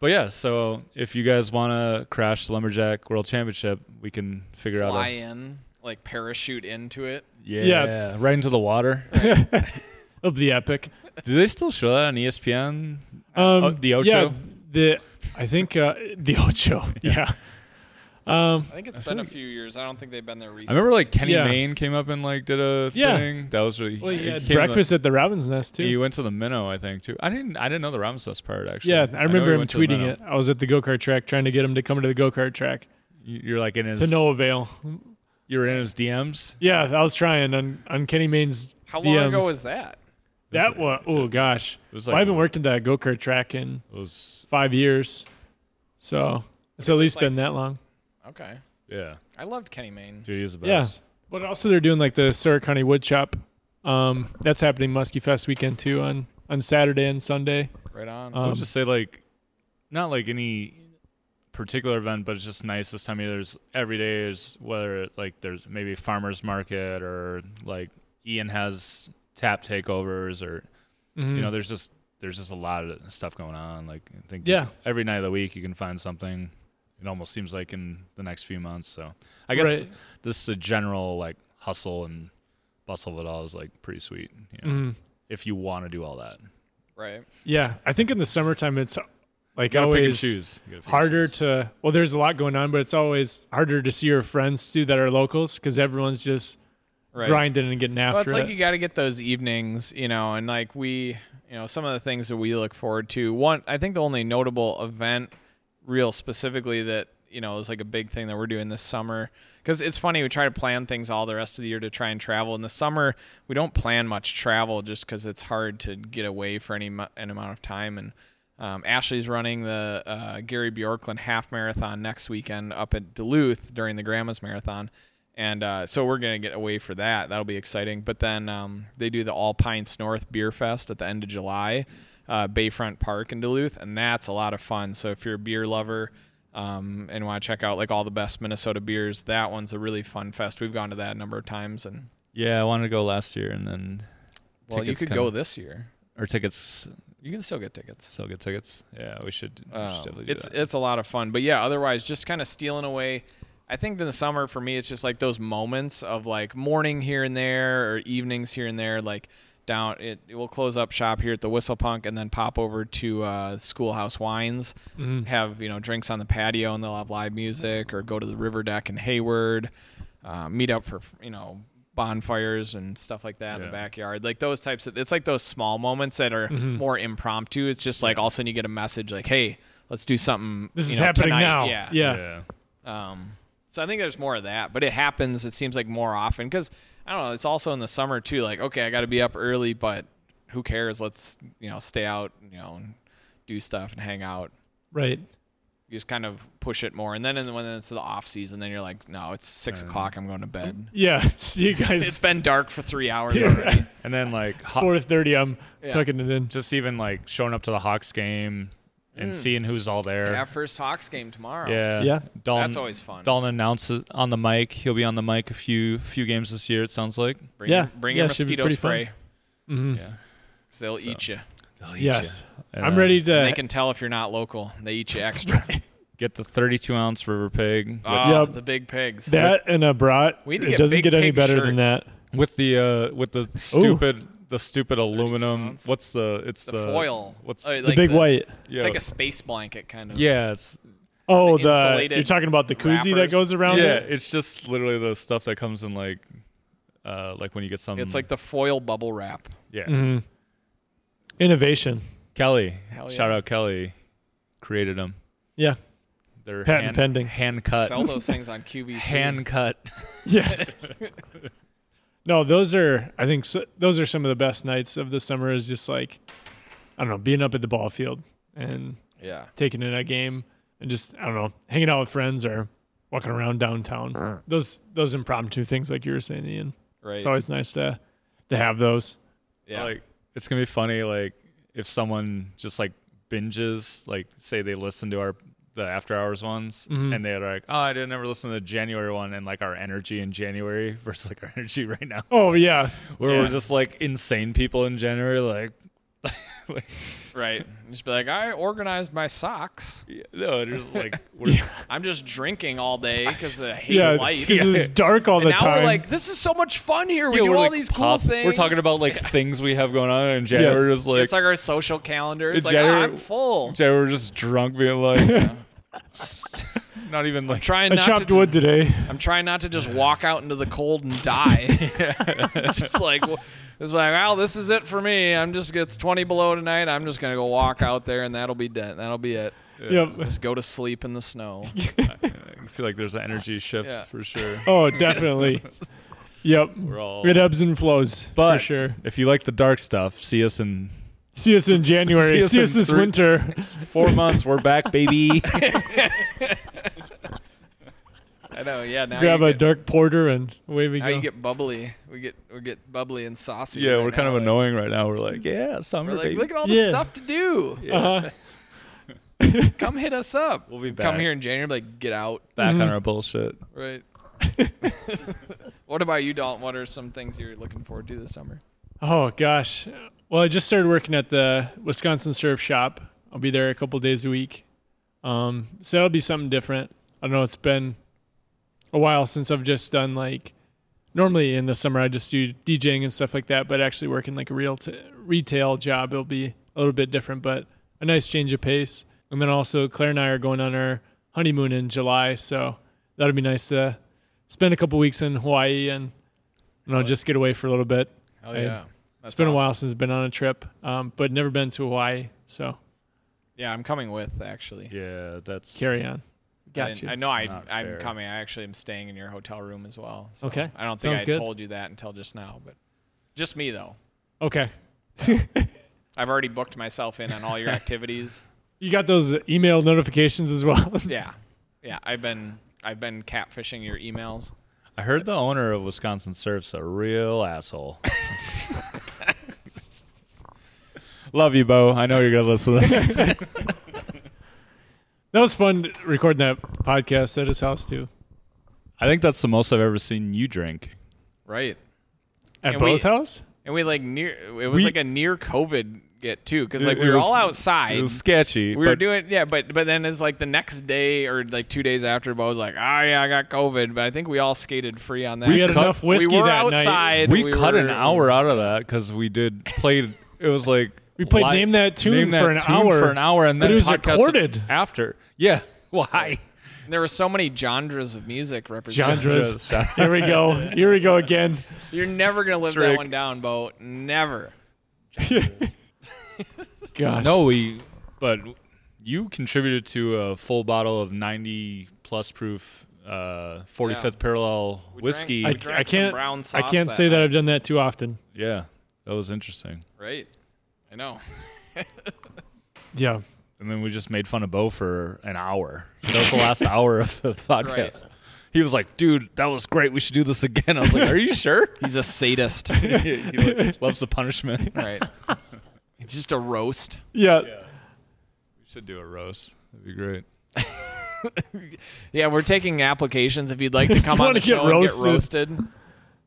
But yeah, so if you guys want to crash the lumberjack world championship, we can figure out.
Fly
A,
in, like parachute into it.
yeah,
Yeah.
right into the water.
It'll be epic.
Do they still show that on E ESPN?
Um,
Oh, the Ocho?
Yeah, the I think uh, the Ocho. Yeah. Um,
I think it's been a few years. I don't think they've been there
I
recently.
remember like Kenny
Yeah.
Mayne came up and like did a
Yeah.
thing. That was really.
well,
he
you
came
had
to the-
breakfast at the Robin's Nest too.
He went to the Minnow, I think, too. I didn't. I didn't know the Robinson part actually.
yeah,
know
I
he
remember him
went to the
tweeting
Minnow.
it. I was at the go kart track trying to get him to come to the go kart track
You- You're like in his.
to no avail.
you were in his DMs.
Yeah, I was trying on on Kenny Maine's.
How long ago
DMs.
was that?
that? One, oh gosh,
was
Well,
like-
I haven't worked at that go kart track in
It was
five years, so it's at least been that long.
Okay.
yeah.
I loved Kenny Mayne.
Dude, he was the
Yeah.
best.
But also they're doing like the Sarah County Wood Shop. Um, that's happening Muskie Fest weekend too on on Saturday and Sunday.
Right on.
I
Um,
would just say like not like any particular event, but it's just nice this time of year. There's every day is whether it, like there's maybe a farmers market or like Ian has tap takeovers or
mhm.
you
Hmm.
know there's just there's just a lot of stuff going on. Like I think
Yeah.
every night of the week you can find something. It almost seems like in the next few months. So I guess
Right.
this is a general like hustle and bustle of it all is like pretty sweet. You
Mm-hmm.
know, If you want to do all that, you
right.
Yeah, I think in the summertime it's like
gotta
always
pick and choose. You gotta pick and
harder
choose.
to. Well, there's a lot going on, but it's always harder to see your friends too that are locals because everyone's just
Right.
grinding and getting after
Well, it's like
it.
you got to get those evenings, you know, and like we, you know, some of the things that we look forward to. One, I think the only notable event, real specifically, that you know is like a big thing that we're doing this summer. Because it's funny, we try to plan things all the rest of the year to try and travel. In the summer, we don't plan much travel just because it's hard to get away for any mu- an amount of time. And um, Ashley's running the uh, Gary Bjorklund half marathon next weekend up at Duluth during the Grandma's Marathon. And uh, so we're gonna get away for that. That'll be exciting. But then um, they do the All Pints North Beer Fest at the end of July, uh, Bayfront Park in Duluth, and that's a lot of fun. So if you're a beer lover um, and want to check out like all the best Minnesota beers, that one's a really fun fest. We've gone to that a number of times, and
Yeah, I wanted to go last year, and then
well,
tickets
you could
come-
go this year.
or tickets
You can still get tickets.
still get tickets. Yeah, we should. we should
Um,
definitely do
it's
that.
it's a lot of fun, but yeah. Otherwise, just kind of stealing away. I think in the summer for me, it's just like those moments of like morning here and there or evenings here and there, like down. It, it will close up shop here at the Whistle Punk and then pop over to uh, Schoolhouse Wines.
Mm-hmm.
Have you know drinks on the patio and they'll have live music or go to the river deck in Hayward. Uh, meet up for you know bonfires and stuff like that in the
Yeah.
backyard. Like those types of it's like those small moments that are
Mm-hmm.
more impromptu. It's just like all of a sudden you get a message like, "Hey, let's do something."
This
you
is
know,
happening
tonight."
now.
Yeah.
yeah.
Um, so I think there's more of that, but it happens. It seems like more often because I don't know. It's also in the summer too. Like, okay, I got to be up early, but who cares? Let's you know stay out, you know, and do stuff and hang out.
Right.
You just kind of push it more, and then in the, when it's the off season, then you're like, no, it's six
Uh,
o'clock. I'm going to bed.
Yeah. See you guys.
It's been dark for three hours
Yeah.
already.
And then like ho-
four thirty. I'm
Yeah.
tucking it in.
just even like showing up to the Hawks game and
Mm.
seeing who's all there.
Yeah, first Hawks game tomorrow.
Yeah.
Yeah. Um,
Dalton,
That's always fun.
Dalton announces on the mic. He'll be on the mic a few few games this year. It sounds like.
Bring
Yeah.
your, bring
Yeah,
your
it should be
mosquito
pretty fun. uh,
spray.
Mhm.
Yeah.
'cause they'll eat you.
Yes.
And
I'm
then
ready to.
They can tell if you're not local. They eat you extra.
get the 32 ounce river pig
oh,
Yep.
the big pigs.
that and a brat.
We need to
it
get
doesn't
big
get any
pig
better than
shirts.
that.
with the uh with the stupid the stupid aluminum.
ounce?
What's the it's the,
the, foil.
What's
Uh,
yeah,
The big white.
yeah,
It's like a space blanket kind of.
it's
Oh,
the
the,
insulated
you're talking about the koozie that
wrappers.
goes around
yeah.
it.
It's just literally the stuff that comes in like uh like when you get some.
It's like the foil bubble wrap.
yeah.
Mhm. Innovation.
Kelly.
Hell
Shout
yeah.
out Kelly, created them.
Yeah.
They're
Patent
hand,
pending.
hand
Uh,
cut,
Sell those things on QVC.
hand cut.
Yes. no, those are. I think so, those are some of the best nights of the summer. Is just like, I don't know, being up at the ball field and
Yeah.
taking in a game and just I don't know, hanging out with friends or walking around downtown. Those those impromptu things, like you were saying, Ian.
Mm. Right.
It's always nice to to have those.
yeah.
Like it's gonna be funny. Like if someone just like binges, like say they listen to our the after hours ones,
Mm-hmm.
and they're like, "Oh, I didn't ever listen to the January one," and like our energy in January versus like our energy right now,
Oh yeah,
where we're just like insane people in January, like. like,
right. Just be like, I organized my socks.
no, it's just like we're,
I'm just drinking all day because I hate
yeah.
life.
Because it's dark all
And
the
now
time.
we're like, this is so much fun here. We
yeah,
do
we're,
all
like,
these
possi-
cool things.
We're talking about like things we have going on in January.
Yeah.
We're just like
it's like our social calendar. It's
In
like,
January-
"Ah, I'm full.
Jared were just drunk, being like, not even like.
trying
I
not
chopped
to,
wood today.
I'm trying not to just walk out into the cold and die. it's just like, w- it's like, well, this is it for me. I'm just it's 20 below tonight. I'm just gonna go walk out there, and that'll be dead. That'll be it.
Yep.
Just go to sleep in the snow.
I feel like there's an energy shift
Yeah.
for sure.
Oh, definitely. yep.
We're all.
It ebbs and flows
But
for sure.
if you like the dark stuff, see us in
See us in January.
See
See
us
us,
in
this
three-
winter.
four months. We're back, baby.
I know. Yeah. Now
Grab
you
a
get,
dark porter and away we
Now
go.
you get bubbly. We get we get bubbly and saucy.
yeah,
right
we're kind
now,
of
like-
annoying right now. We're like, yeah, summer,
We're like,
baby.
look at all the
Yeah.
stuff to do.
uh-huh.
Come hit us up. We'll
be
Come
back.
here in January. Like, get out.
back on our bullshit.
Right. what about you, Dalton? What are some things you're looking forward to this summer?
Oh gosh. Well, I just started working at the Wisconsin Surf Shop. I'll be there a couple days a week. Um, so that'll be something different. I know. It's been a while since I've just done like. Normally in the summer I just do DJing and stuff like that, but actually working like a real t- retail job, it'll be a little bit different, but a nice change of pace. And then also Claire and I are going on our honeymoon in July, so that'll be nice to spend a couple weeks in Hawaii and you know just get away for a little bit
Oh
I- yeah.
That's
it's been a while since I've been on a trip, um, but never been to Hawaii. So
Yeah, I'm coming with actually.
Yeah, that's.
carry on.
I
Got
didn't-
you.
I know I,
not
I'm
fair.
coming. I actually am staying in your hotel room as well. So
Okay.
I don't think
Sounds
I
good.
told you that until just now, but just me though.
Okay.
I've already booked myself in on all your activities.
You got those email notifications as well.
Yeah, yeah. I've been I've been catfishing your emails.
I heard the owner of Wisconsin Surf's a real asshole. Love you, Bo. I know you're gonna listen to this.
that was fun recording that podcast at his house too.
I think that's the most I've ever seen you drink.
Right.
At
And we-
Bo's house?
And we like near. It was
We-
like a near COVID get too, because
It-
like
it
we were
was-
all outside.
It was sketchy.
we were
but
doing yeah, but but then it's like the next day or like two days after, Bo was like, "Ah, yeah, I got COVID," but I think we all skated free on that.
We had
We
enough whiskey
were
that night.
outside.
we, cut an
were-
hour out of that because we did played. It was like
We played
li-
Name That Tune
Name
for an hour,
for an hour, and
but
then
it was
podcasted
recorded.
after. Yeah, why?
There were so many genres of music represented.
Chandras. Here we go. Here we go again.
You're never gonna live that
Trick.
one down, Bo. Never.
Gosh.
No, we. But you contributed to a full bottle of ninety plus proof, uh, forty fifth parallel whiskey.
I,
We drank
I
some
can't.
brown
I
sauce
can't
that
say that
night.
I've done that too often.
yeah, that was interesting.
Right. I know.
Yeah.
And then we just made fun of Bo for an hour. That was the last hour of the podcast.
Right.
He was like, "Dude, that was great. We should do this again." I was like, "Are you sure?"
He's a sadist.
he like, loves the punishment.
right. It's just a roast.
Yeah.
Should do a roast. That'd be great.
Yeah, we're taking applications if you'd like to come on
wanna
the
get
show and get
roasted.
roasted.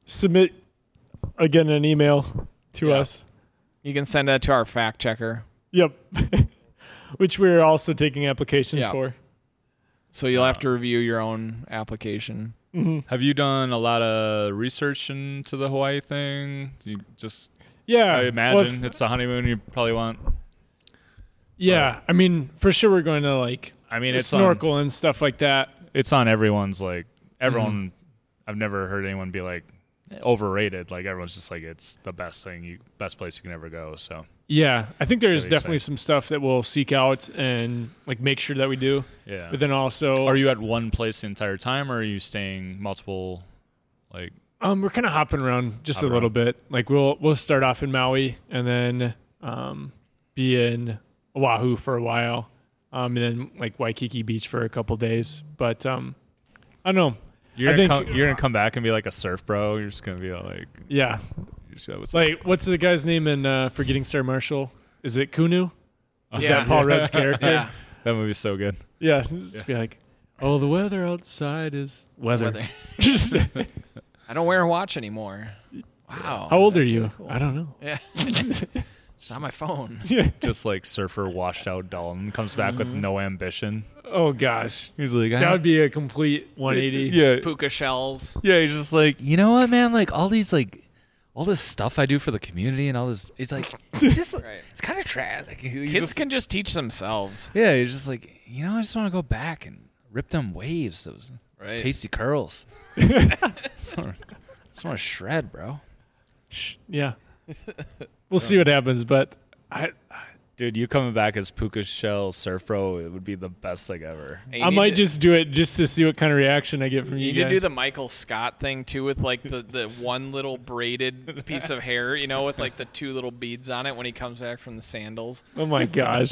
Submit again an email to
Yeah.
us.
You can send that to our fact checker.
Yep. Which we are also taking applications
Yeah.
for.
So you'll
Uh,
have to review your own application.
Have you done a lot of research into the Hawaii thing? Do you just
Yeah.
I
Well,
imagine
if-
it's the honeymoon you probably want.
yeah. I mean, for sure we're going to like
I mean, it's um,
snorkel and stuff like that.
on it's on everyone's like
Mm-hmm.
everyone. I've never heard anyone be like overrated. Like everyone's just like it's the best thing you best place you can ever go. So
Yeah, I think there's
That'd be
definitely some stuff that we'll seek out and like make sure that we do.
yeah.
But then also,
are you at one place the entire time, or are you staying multiple? Like
um, we're kind of hopping around just
Hopping
a little bit. Like we'll we'll start off in Maui and then um, be in Oahu for a while, um, and then like Waikiki Beach for a couple days. But um, I don't know.
you're
I
gonna
think-
come, you're gonna come back and be like a surf bro. You're just gonna be like
Yeah,
you're just gonna, what's
like what's the guy's name in uh, Forgetting Sarah Marshall? Is it Kunu? Is
Yeah.
that Paul Rudd's character?
Yeah.
That movie's so good.
Yeah, just be like, oh, the weather outside is
Weather.
weather.
I don't wear a watch anymore. Wow.
How old are
that's
you?
really cool.
I don't know.
Yeah. it's on my phone.
Just like surfer washed out Dalton comes back with
Mm-hmm.
no ambition.
Oh gosh,
He's like,
that would be a complete 180.
yeah,
Puka shells.
yeah. He's just like, you know what, man? Like all these like. All this stuff I do for the community and all this, it's like, it's just, it's kind of trash. Like, you
Kids
just-
can just teach themselves.
yeah, he's just like, you know, I just want to go back and rip them waves, those, those
Right.
tasty curls. just want to shred, bro.
Shh, yeah. We'll see what happens, but I
Dude, you coming back as Puka Shell Surf Bro, it would be the best thing ever.
Hey, you
I
need
might
to-
just do it just to see what kind of reaction I get from
You
you,
need
guys.
to do the Michael Scott thing too, with like the, the one little braided piece of hair, you know, with like the two little beads on it when he comes back from the sandals.
oh my gosh,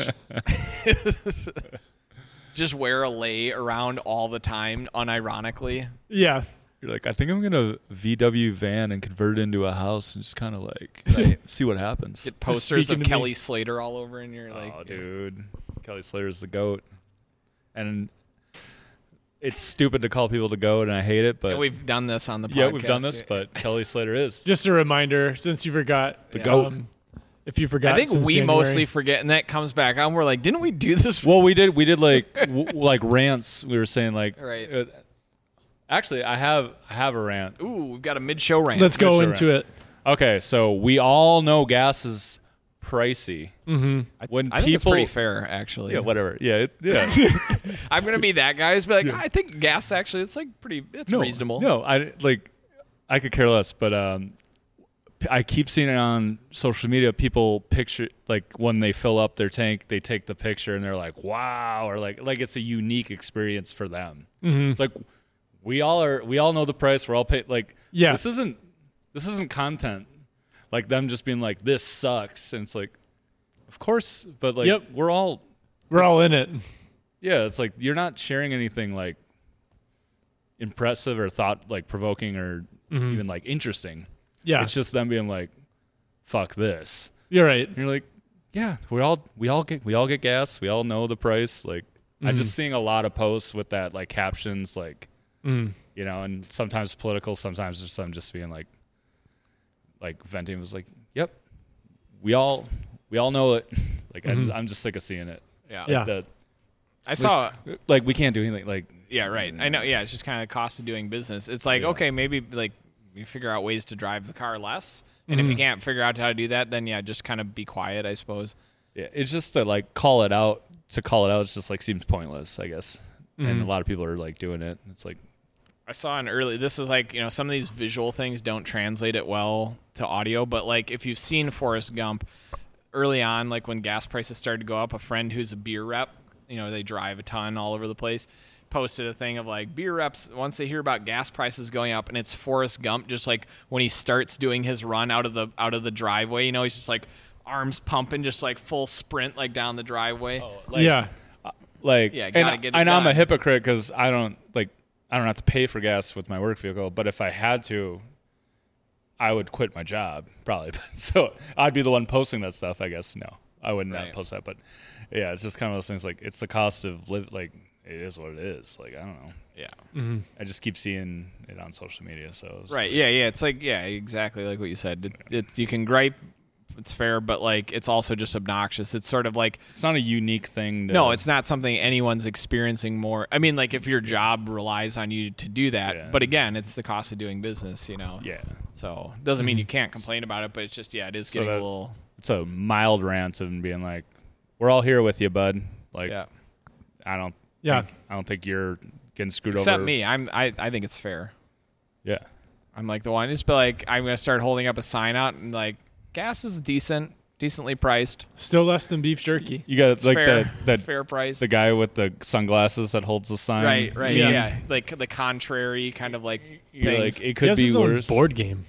Just wear a lei around all the time, unironically.
yeah.
You're like, I think I'm gonna VW van and convert it into a house and just kind of like see what happens.
Get posters
speaking
of
to me.
Kelly Slater all over, and you're like,
oh, dude, Kelly Slater's the goat, and it's stupid to call people the goat, and I hate it, but
And we've done this on the podcast.
yeah, we've done this,
dude.
but Kelly Slater is
Just a reminder, since you forgot the
goat.
Um,
if you forgot,
I think
since
we
January.
mostly forget, and that comes back on. We're like, didn't we do this?
Well, we did. We did like w- like rants. We were saying like.
Right.
uh, actually, I have I have a rant.
Ooh, we've got a mid-show rant.
Let's go
Sure,
into
right.
it.
Okay, so we all know gas is pricey. Mm-hmm. When
I think it's
people,
pretty fair, actually.
yeah, whatever. Yeah, it, yeah.
I'm gonna be that guy who's be like, I think gas actually, it's like pretty, it's
no,
reasonable.
No, I like. I could care less, but um, I keep seeing it on social media. People picture like when they fill up their tank, they take the picture and they're like, "Wow!" or like like it's a unique experience for them.
Mm-hmm.
It's like we all are. We all know the price. We're all paid. Like
Yeah.
this isn't this isn't content. Like them just being like, "This sucks," and it's like, of course, but like
Yep.
we're all
We're all in it.
yeah, it's like you're not sharing anything like impressive or thought like provoking or even like interesting.
Yeah,
It's just them being like, "Fuck this."
you're right.
And you're like, "Yeah, we all we all get we all get gas. We all know the price." Like, I'm just seeing a lot of posts with that like captions like, you know, and sometimes political, sometimes just some just being like, like venting was like, "Yep, we all." We We all know it. Like I'm,
Mhm.
I'm just sick of seeing it.
Yeah.
Yeah.
The-
I saw.
like we can't do anything. Like
Yeah, right. I know. Yeah, it's just kind of the cost of doing business. It's like
Yeah.
okay, maybe like you figure out ways to drive the car less, and
Mm-hmm.
if you can't figure out how to do that, then yeah, just kind of be quiet, I suppose.
yeah, it's just to like call it out to call it out. It's just like seems pointless, I guess.
Mm-hmm.
And a lot of people are like doing it. It's like
I saw an early. This is like you know some of these visual things don't translate it well to audio, but like if you've seen Forrest Gump, early on, like when gas prices started to go up, a friend who's a beer rep, you know they drive a ton all over the place, posted a thing of like beer reps once they hear about gas prices going up, and it's Forrest Gump just like when he starts doing his run out of the out of the driveway, you know he's just like arms pumping, just like full sprint like down the driveway.
like
yeah.
like
Yeah,
and,
gotta get it
and I'm a
done.
hypocrite because I don't like I don't have to pay for gas with my work vehicle, but if I had to, I would quit my job probably. so I'd be the one posting that stuff, I guess. No, I would not
Right.
post that, but yeah, it's just kind of those things. Like it's the cost of live. Like it is what it is. Like I don't know.
Yeah.
I just keep seeing it on social media. So it's
Right. Yeah. Yeah. It's like yeah, exactly like what you said. It, it's you can gripe. It's fair, but like it's also just obnoxious. It's sort of like
It's not a unique thing. To,
no, it's not something anyone's experiencing more. I mean, like if your job relies on you to do that,
Yeah.
but again, it's the cost of doing business, you know.
yeah. Mhm.
So doesn't mean you can't complain about it, but it's just yeah, it is
So
getting a
that-
little
It's a mild rant and being like, "We're all here with you, bud." Like
yeah.
I don't.
Yeah.
think- I don't think you're getting screwed
Except
over.
me, I'm I, I think it's fair.
Yeah.
I'm like the one just be like I'm gonna start holding up a sign out and like gas is decent, decently priced,
Still less than beef jerky.
You got
It's
like
fair,
that that
fair price.
the guy with the sunglasses that holds the sign.
Right, right,
Yeah.
yeah. Like the contrary kind of like
You're
things.
like it
he
could
has
be
his own
worse.
board game.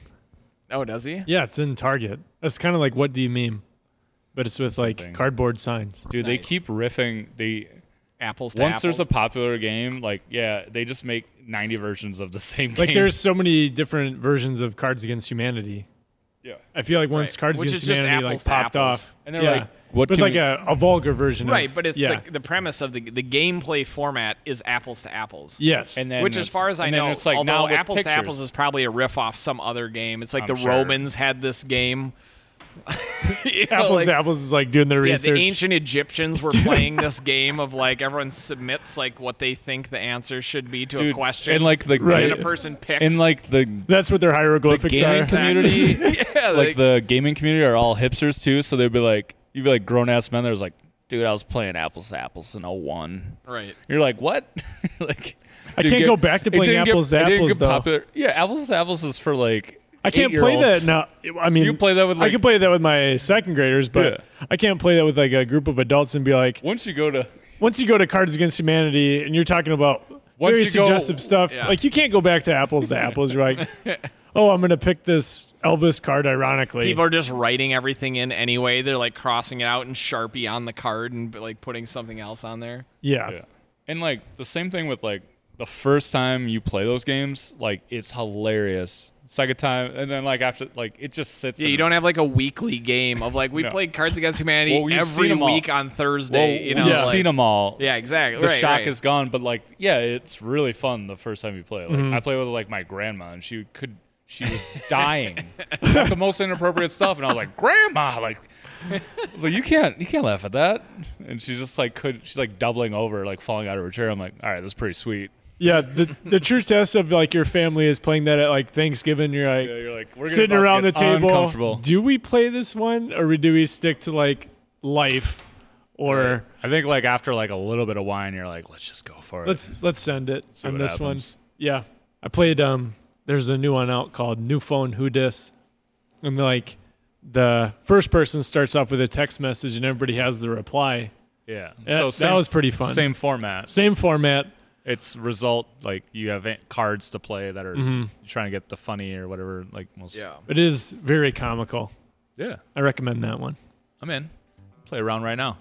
oh, does he?
Yeah, it's in Target. That's kind of like what do you meme, but it's with like
Something.
cardboard signs.
Dude, they keep riffing. They
Apples to
once there's a
apples.
popular game, like yeah, they just make 90 versions of the same game.
Like there's so many different versions of Cards Against Humanity.
yeah.
I feel like once
Right.
Cards
Which
Against
is just
Humanity like
apples to
popped
apples.
off,
And they're
yeah.
like, what
But it's
can
like
we-
a, a vulgar version, of-
right, but it's
yeah,
the, the premise of the the gameplay format is apples to apples.
yes,
And then
Which, as
it's-
far as I
and then
know,
it's like now
although
with
apples
pictures.
to apples is probably a riff off some other game. It's like
I'm
the
sure.
Romans had this game. You know,
apples
like-
to apples is like doing their
Yeah,
research.
the ancient Egyptians were playing this game of like everyone submits like what they think the answer should be to
Dude,
a question,
and like the
Right.
and a person picks.
and like the
That's what their hieroglyphics
gaming
are.
com- community,
yeah,
like the gaming community are all hipsters too, so they'd be like, you'd be like grown ass men. that was like, dude, I was playing apples to apples in 01.
right.
You're like, what? like,
I
dude,
can't go back to
it didn't
playing
get-
apples to
it didn't
apples,
get
though.
popular- Yeah, apples to apples is for like.
I can't play that
eight-year-olds.
now. I mean,
You play that with,
I
like-
can play that with my second graders, but I can't play that with like a group of adults and be like,
Once you go to
once you go to Cards Against Humanity and you're talking about
Once
very
you go-
suggestive stuff,
Yeah.
like you can't go back to apples to apples. You're like, oh, I'm gonna pick this Elvis card ironically.
People are just writing everything in anyway. They're like crossing it out and Sharpie on the card and like putting something else on there.
yeah.
Yeah. And like the same thing with like the first time you play those games, like it's hilarious. Second time, and then like after, like it just sits.
Yeah,
in-
you don't have like a weekly game of like we
No.
played Cards Against Humanity
Well, we've
every
seen 'em all.
week on
Well,
Thursday. you know,
we've
Yeah.
like-
seen them all.
Yeah, exactly.
the
right,
shock
right.
is gone. But like, yeah, it's really fun the first time you play. it.
Mm-hmm.
Like, I play with like my grandma, and she could. She was dying, Like, the most inappropriate stuff, and I was like, "Grandma, like, I was like, you can't, you can't laugh at that." And she's just like, could she's like doubling over, like falling out of her chair. I'm like, "All right, that's pretty sweet."
Yeah, the the true test of like your family is playing that at like Thanksgiving. You're like
Yeah, you're like, we're gonna
sitting
about to
around the
get
table.
uncomfortable.
Do we play this one or we- do we stick to like life or
I think like after like a little bit of wine, you're like, let's just go for it.
let's let's send it
See
on
what
this
happens.
one. Yeah, I played. Um, there's a new one out called New Phone Who Dis, and like the first person starts off with a text message and everybody has the reply.
yeah.
That- that was pretty fun.
Same format.
Same format.
It's result like you have a- cards to play that are you're trying to get the funny or whatever. Like most.
yeah.
It is very comical.
Yeah.
I recommend that one.
I'm in. Play around right now.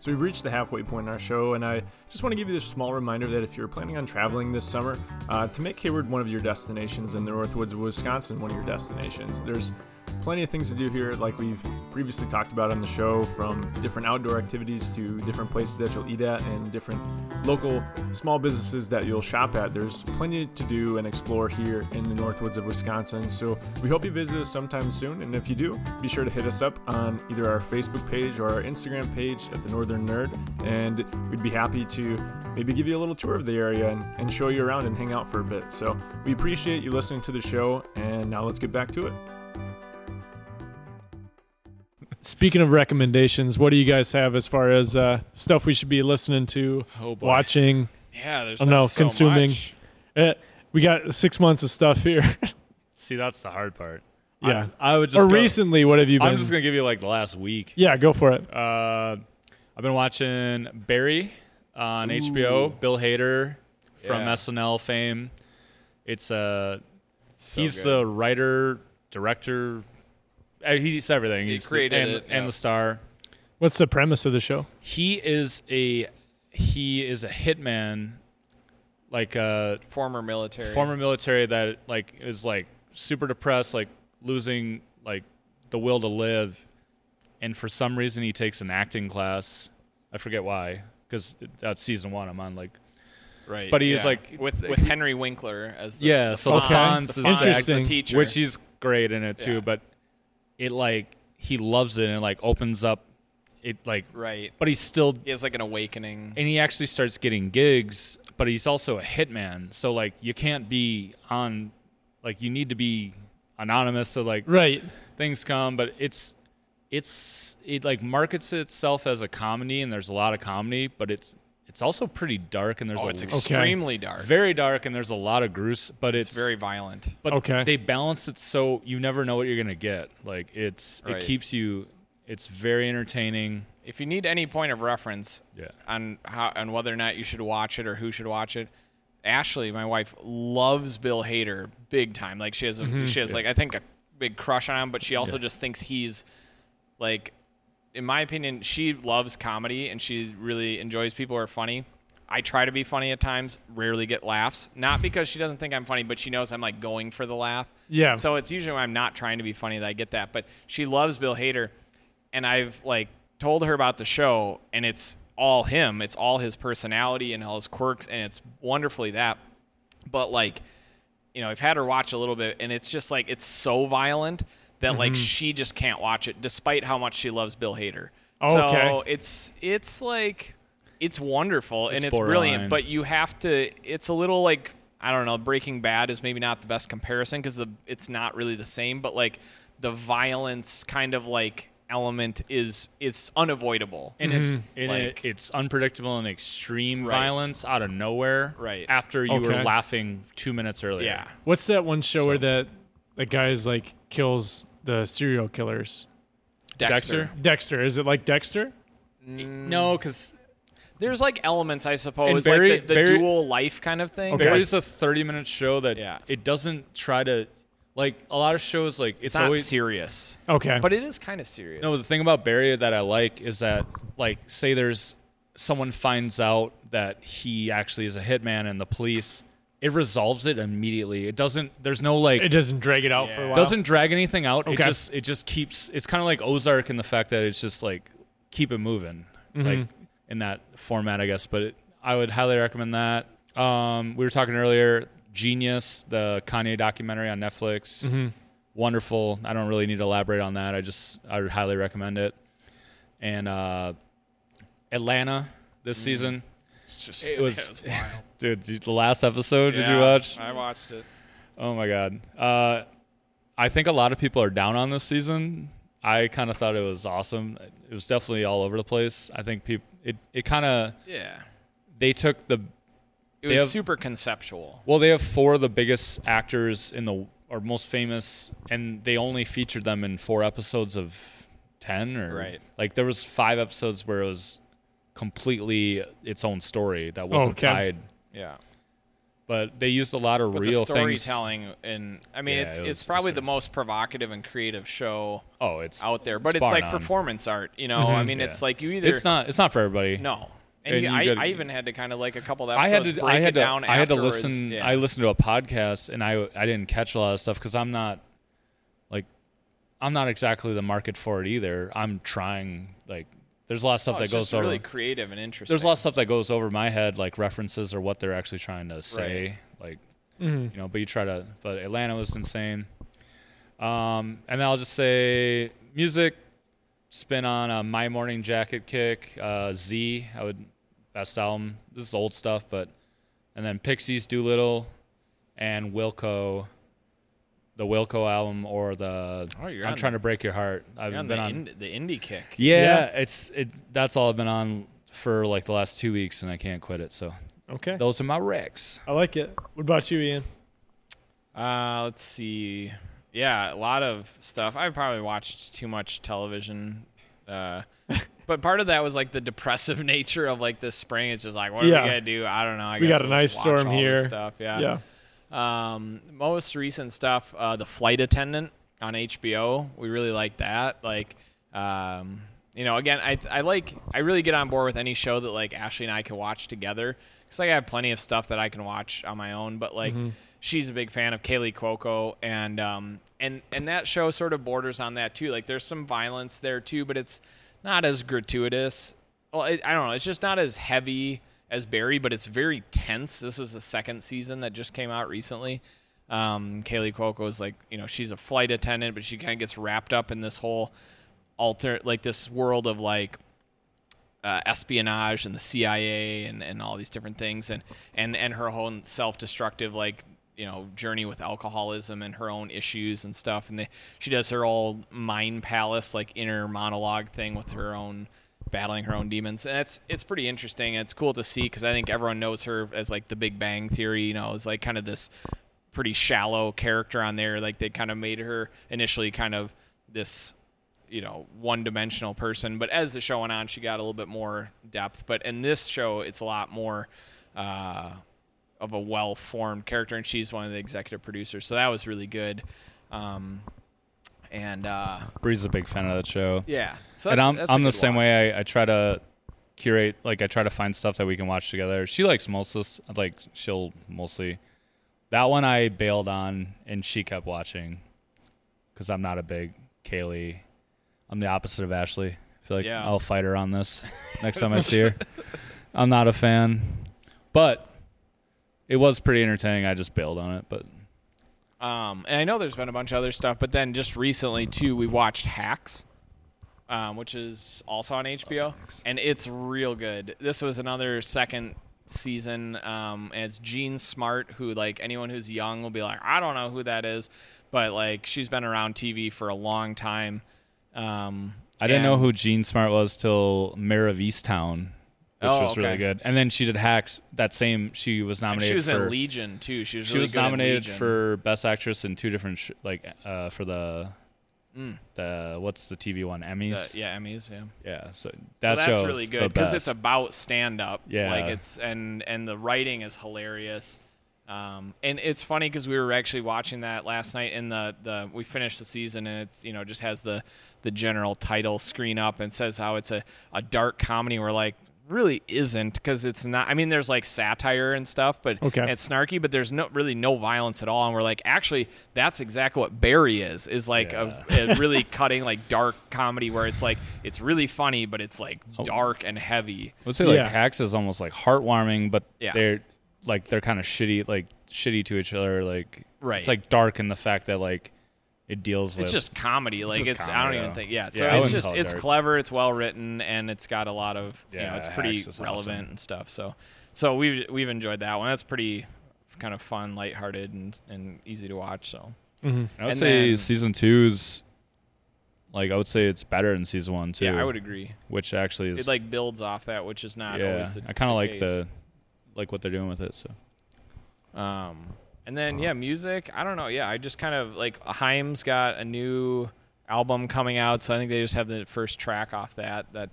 So we've reached the halfway point in our show, and I just want to give you this small reminder that if you're planning on traveling this summer, uh, to make Hayward one of your destinations and the Northwoods, Wisconsin, one of your destinations. There's plenty of things to do here, like we've previously talked about on the show, from different outdoor activities to different places that you'll eat at and different local small businesses that you'll shop at. There's plenty to do and explore here in the Northwoods of Wisconsin. So we hope you visit us sometime soon. And if you do, be sure to hit us up on either our Facebook page or our Instagram page at the Northern Nerd. And we'd be happy to maybe give you a little tour of the area and, and show you around and hang out for a bit. So we appreciate you listening to the show. And now let's get back to it.
Speaking of recommendations, what do you guys have as far as uh, stuff we should be listening to,
Oh, boy.
watching?
Yeah, there's
Oh, no,
not so
consuming.
much.
Eh, we got six months of stuff here.
See, that's the hard part.
yeah.
I, I would
or
just. go-
recently, what have you been?
I'm just gonna give you like the last week.
yeah, go for it.
Uh, I've been watching Barry on HBO. Bill Hader from
Yeah.
SNL fame. It's uh,
So
he's
good.
the writer, director. uh, He's everything. he's the-
created
and,
it, yeah.
and the star.
What's the premise of the show?
He is a he is a hitman, like uh,
Former military.
former military that like is like super depressed, like losing like the will to live, and for some reason he takes an acting class. I forget why, because that's season one. I'm on like
right?
but he's
yeah.
like-
with
like-
with Henry Winkler as the,
yeah.
the
so
Fonz,
the Fonz
the
is
Fonz,
the actor,
Interesting.
the teacher,
which he's great in it too.
Yeah.
But it like he loves it and like opens up it like.
right.
But he's still
He has like an awakening.
and he actually starts getting gigs but he's also a hitman so like you can't be on like you need to be anonymous so like
Right.
things come but it's it's it like markets itself as a comedy and there's a lot of comedy but it's it's also pretty dark and there's
oh,
a
it's
l-
extremely dark.
very dark and there's a lot of grues but it's,
it's very violent.
but
Okay.
they balance it so you never know what you're gonna get like it's
Right.
it keeps you it's very entertaining
If you need any point of reference
Yeah.
on how on whether or not you should watch it or who should watch it, Ashley, my wife, loves Bill Hader big time. Like she has a, she has like I think a big crush on him, but she also just thinks he's like in my opinion, she loves comedy and she really enjoys people who are funny. I try to be funny at times, rarely get laughs. Not because she doesn't think I'm funny, but she knows I'm like going for the laugh.
Yeah.
So it's usually when I'm not trying to be funny that I get that. But she loves Bill Hader, and I've like told her about the show, and it's all him. It's all his personality and all his quirks, and it's wonderfully that. But like you know, I've had her watch a little bit, and it's just like it's so violent that like
Mm-hmm.
she just can't watch it, despite how much she loves Bill Hader.
Oh,
So
Okay.
it's it's like it's wonderful and
It's
it's brilliant,
borderline.
but you have to. It's a little like I don't know. Breaking Bad is maybe not the best comparison because the it's not really the same, but like the violence kind of like element is is unavoidable.
and it's
Mm-hmm.
and
Like-
it, it's unpredictable and extreme
Right.
violence out of nowhere.
Right.
after you
Okay.
were laughing two minutes earlier.
yeah.
What's that one show where that the guy's like kills the serial killers?
Dexter.
Dexter. Is it like Dexter?
Mm.
No, because
There's like elements, I suppose,
Barry-
like the, the
Barry-
dual life kind of thing.
Okay.
Barry's a thirty-minute show that
Yeah.
it doesn't try to like a lot of shows. Like it's,
It's not
always
serious.
Okay.
But it is kind of serious.
no. The thing about Barry that I like is that like say there's someone finds out that he actually is a hitman and the police. It resolves it immediately. It doesn't. There's no like
it doesn't drag it out for a while.
doesn't drag anything out. It
Okay.
just it just keeps. It's kind of like Ozark in the fact that it's just like keep it moving,
Mm-hmm.
like in that format, I guess. But it, I would highly recommend that. Um, we were talking earlier, Genius, the Kanye documentary on Netflix,
Mm-hmm.
wonderful. I don't really need to elaborate on that. I just I would highly recommend it. And uh, Atlanta
Mm-hmm.
this season,
It's just,
it was,
yeah, wild.
dude. did- The last episode, did you
Yeah,
watch?
I watched it.
Oh my god. Uh, I think a lot of people are down on this season. I kind of thought it was awesome. It was definitely all over the place. I think people it it kind of
Yeah.
they took the
It
They
was
have-
super conceptual.
well they have four of the biggest actors in the or most famous and they only featured them in four episodes of 10 or
Right.
like there was five episodes where it was completely its own story that wasn't
Okay.
tied
Yeah.
but they used a lot of
But
real
the
things
storytelling and I mean
Yeah,
it's
it
it's
was
probably the
absurd.
most provocative and creative show
oh it's
out there. But it's,
bar
like
none.
performance art, you know? I mean it's
yeah.
like you either
it's not it's not for everybody
no. And,
and
you,
you
I,
gotta-
I even had to kind of like a couple of
I
episodes
had to
break
I had
it
to
down
I had to
afterwards.
listen
Yeah.
I listened to a podcast and I I didn't catch a lot of stuff cuz I'm not like I'm not exactly the market for it either. I'm trying like there's a lot of stuff
Oh,
that
it's
goes
just
over.
really creative and interesting.
there's a lot of stuff that goes over my head, like references or what they're actually trying to say. Like
Mm-hmm.
you know, but you try to. But Atlanta was insane. Um, and then I'll just say music spin on uh, my morning jacket kick uh, Z. I would best album. This is old stuff, but and then Pixies Doolittle and Wilco, the Wilco album or the
Oh, you're
I'm
on
trying to break your heart. I've
You're on
been
the,
on.
ind- the indie kick.
yeah, it's it. That's all I've been on for like the last two weeks, and I can't quit it. So
Okay.
those are my wrecks.
I like it. What about you, Ian?
Uh, let's see. Yeah, a lot of stuff. I probably watched too much television. Uh, but part of that was like the depressive nature of like this spring. It's just like, what
Yeah.
are we gonna do? I don't know. I
We
guess
got a
we'll just
nice
watch
storm
all this
here.
Stuff. Yeah.
yeah.
Um, most recent stuff, uh, the flight attendant on HBO. We really like that. Like, um, you know, again, I I like I really get on board with any show that like Ashley and I can watch together because like, I have plenty of stuff that I can watch on my own. But like, she's a big fan of Kaylee Cuoco, and um, and and that show sort of borders on that too. Like, there's some violence there too, but it's not as gratuitous well, I I don't know. It's just not as heavy as Barry, but it's very tense. This was the second season that just came out recently. Um, Kaylee Cuoco is like, you know, she's a flight attendant, but she kind of gets wrapped up in this whole alter, like this world of like uh, espionage and the CIA and, and all these different things and and and her own self destructive like you know journey with alcoholism and her own issues and stuff and they, she does her old mind palace like inner monologue thing with her own battling her own demons and it's it's pretty interesting and it's cool to see because I think everyone knows her as like the Big Bang Theory you know is like kind of this pretty shallow character on there like they kind of made her initially kind of this you know one dimensional person but as the show went on she got a little bit more depth but in this show it's a lot more uh, of a well formed character and she's one of the executive producers so that was really good um, and uh,
Bree's a big fan of that show.
yeah so
and
that's-
I'm
that's a
I'm the
good
same
watch.
way. I, I try to curate like I try to find stuff that we can watch together. She likes most of this- like she'll mostly that one I bailed on and she kept watching because I'm not a big Kaylee. I'm the opposite of Ashley. I feel like
Yeah.
I'll fight her on this next time I see her. I'm not a fan, but it was pretty entertaining. I just bailed on it, but
Um, and I know there's been a bunch of other stuff, but then just recently too, we watched Hacks, um, which is also on HBO, and it's real good. This was another second season, um, and it's Jean Smart, who like anyone who's young will be like, I don't know who that is, but like she's been around TV for a long time. Um,
I didn't
and-
know who Gene Smart was till Mayor of Easttown, which
Oh,
was really
okay.
good. And then she did Hacks that same. She was
and
nominated.
She was
for,
in Legion too. She was
She
really
was
good in
nominated
Legion.
for Best Actress in two different sh- like uh, for the the what's the TV one
Mm. the,
Emmys.
Uh, yeah Emmys yeah.
yeah, so
So
that
that's
show's
really
the
good because it's
best.
about stand up.
Yeah.
like it's and and the writing is hilarious. Um, and it's funny because we were actually watching that last night, and the, the we finished the season, and it's you know just has the the general title screen up and says how it's a a dark comedy. We're like really isn't because it's not. I mean, there's like satire and stuff, but
Okay.
and it's snarky, but there's no really no violence at all. And we're like, actually, that's exactly what Barry is. Is like a, a really cutting like dark comedy where it's like it's really funny, but it's like
Oh.
dark and heavy.
Let's say like
Yeah.
Hacks is almost like heartwarming, but
Yeah.
they're like they're kind of shitty, like shitty to each other. Like
Right.
it's like dark in the fact that like it deals with
It's just comedy. Like
just
it's, I don't
comedy,
even
though.
think. Yeah. So
Yeah, I
it's
wouldn't
just
call it
it's
dark.
clever. It's well written, and it's got a lot of you know
Yeah,
it's pretty
Hacks is
relevant
awesome.
and stuff. So so we've we've enjoyed that one. That's pretty kind of fun, lighthearted, and and easy to watch. So
I would
And
say
then-
season two's like I would say it's better than season one too.
yeah, I would agree.
Which actually is
It like builds off that, which is not
yeah.
always. The,
I kind
the
of like
case.
the like what they're doing with it. So
Um, and then yeah, music. I don't know. Yeah, I just kind of like Haim's got a new album coming out, so I think they just have the first track off that that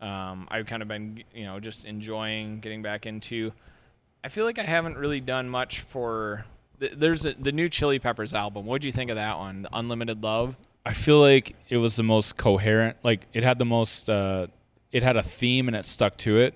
um, I've kind of been you know just enjoying getting back into. I feel like I haven't really done much for. th- There's a, the new Chili Peppers album. What would you think of that one? The Unlimited Love.
I feel like it was the most coherent. Like it had the most. Uh, it had a theme and it stuck to it.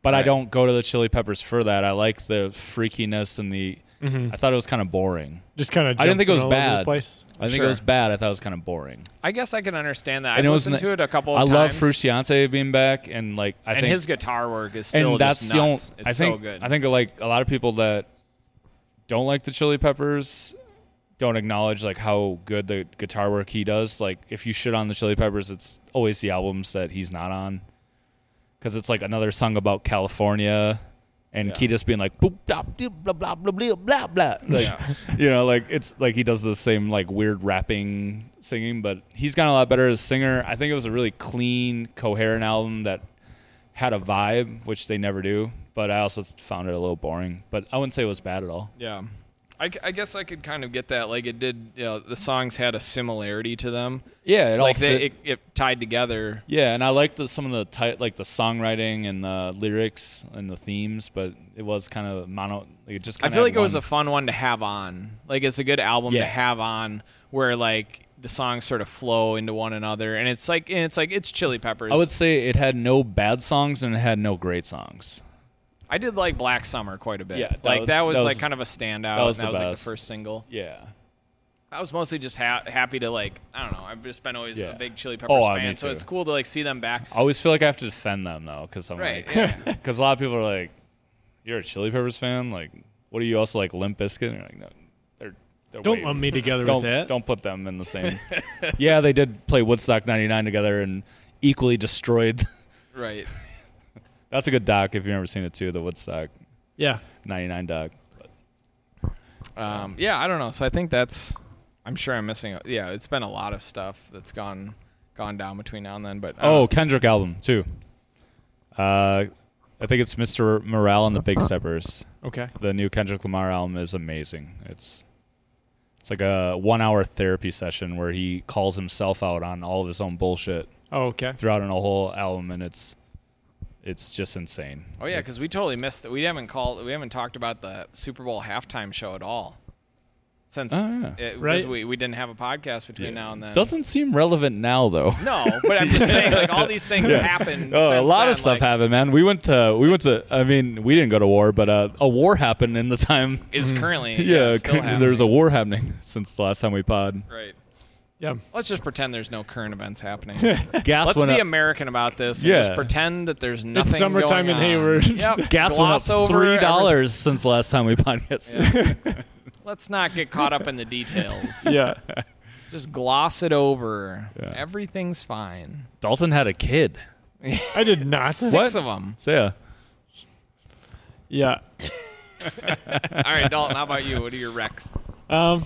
But I
Right.
don't go to the Chili Peppers for that. I like the freakiness and the
Mm-hmm.
I thought it was kind of boring.
Just kind of.
I didn't think it was
all over the
bad.
Place.
I think
Sure.
it was bad. I thought it was kind of boring.
I guess I can understand that.
And
I've
it was
listened
n-
to it a couple of
I
times.
love Frusciante being back, and like I
and
think
his guitar work is still
and that's
just
the only.
nuts.
I
it's
think
so good.
I think like a lot of people that don't like the Chili Peppers don't acknowledge like how good the guitar work he does. Like if you shit on the Chili Peppers, it's always the albums that he's not on, because it's like another song about California. And
Yeah.
Key just being like boop dop dip, blah blah blah blah blah blah, like,
Yeah.
you know, like it's like he does the same like weird rapping singing, but he's gotten a lot better as a singer. I think it was a really clean, coherent album that had a vibe, which they never do. But I also found it a little boring. But I wouldn't say it was bad at all.
Yeah. I, c- I guess I could kind of get that. Like it did, you know, the songs had a similarity to them.
Yeah, it
like they, it, it tied together.
yeah, and I liked the, some of the tight, like the songwriting and the lyrics and the themes, but it was kind of mono. Like it just.
I
Kinda
feel
had
like it was
one-
a fun one to have on. Like it's a good album
Yeah.
to have on where like the songs sort of flow into one another, and it's like and it's like it's Chili Peppers.
I would say it had no bad songs and it had no great songs.
I did like Black Summer quite a bit.
Yeah, that
like
was-
that was,
that was-
like kind of a standout.
that was
and
the
that was like
best.
the first single.
Yeah.
I was mostly just ha- happy to like I don't know. I've just been always
Yeah.
a big Chili Peppers
Oh, I- me
fan, so
too.
it's cool to like see them back.
I always feel like I have to defend them though, because I'm
Right,
like, because a lot of people are like, "You're a Chili Peppers fan, like, what are you also like Limp Bizkit?" And you're like, "No, they're, they're
Don't
way-
lump me together
don't,
with that.
Don't put them in the same." yeah, they did play Woodstock '99 together and equally destroyed.
Right.
That's a good doc if you've never seen it too, the Woodstock
Yeah.
'99 doc. But
Um, yeah, I don't know. So I think that's. I'm sure I'm missing. Yeah, it's been a lot of stuff that's gone gone down between now and then. But uh, I
Oh,
don't-
Kendrick album too. Uh, I think it's Mr. Morale and the Big Steppers.
Okay.
the new Kendrick Lamar album is amazing. It's it's like a one hour therapy session where he calls himself out on all of his own bullshit
Oh, okay.
throughout an whole album, and it's it's just insane.
oh yeah, because we totally missed. We haven't called. We haven't talked about the Super Bowl halftime show at all since
Oh, yeah.
it, 'cause
Right.
we we didn't have a podcast between now and then.
doesn't seem relevant now though.
no, but I'm just saying like all these things happen.
Oh, a
since
lot
then,
of stuff
like,
happened, man. We went to we went to. I mean, we didn't go to war, but uh, a war happened in the time.
Is currently yeah,
Yeah,
still
there's a
happening.
war happening since the last time we pod.
right.
Yeah.
Let's just pretend there's no current events happening.
Gas
Let's
went
be
up.
American about this and
Yeah.
just pretend that there's nothing.
summertime
going
in
on.
Hayward.
Yep.
gas went up
Gloss over
three
everything.
dollars since the last time we podcasted.
Let's not get caught up in the details.
Yeah.
Just gloss it over.
Yeah.
Everything's fine.
Dalton had a kid.
I did not.
Six of them.
So yeah.
Yeah.
All right, Dalton. How about you? What are your recs?
Um,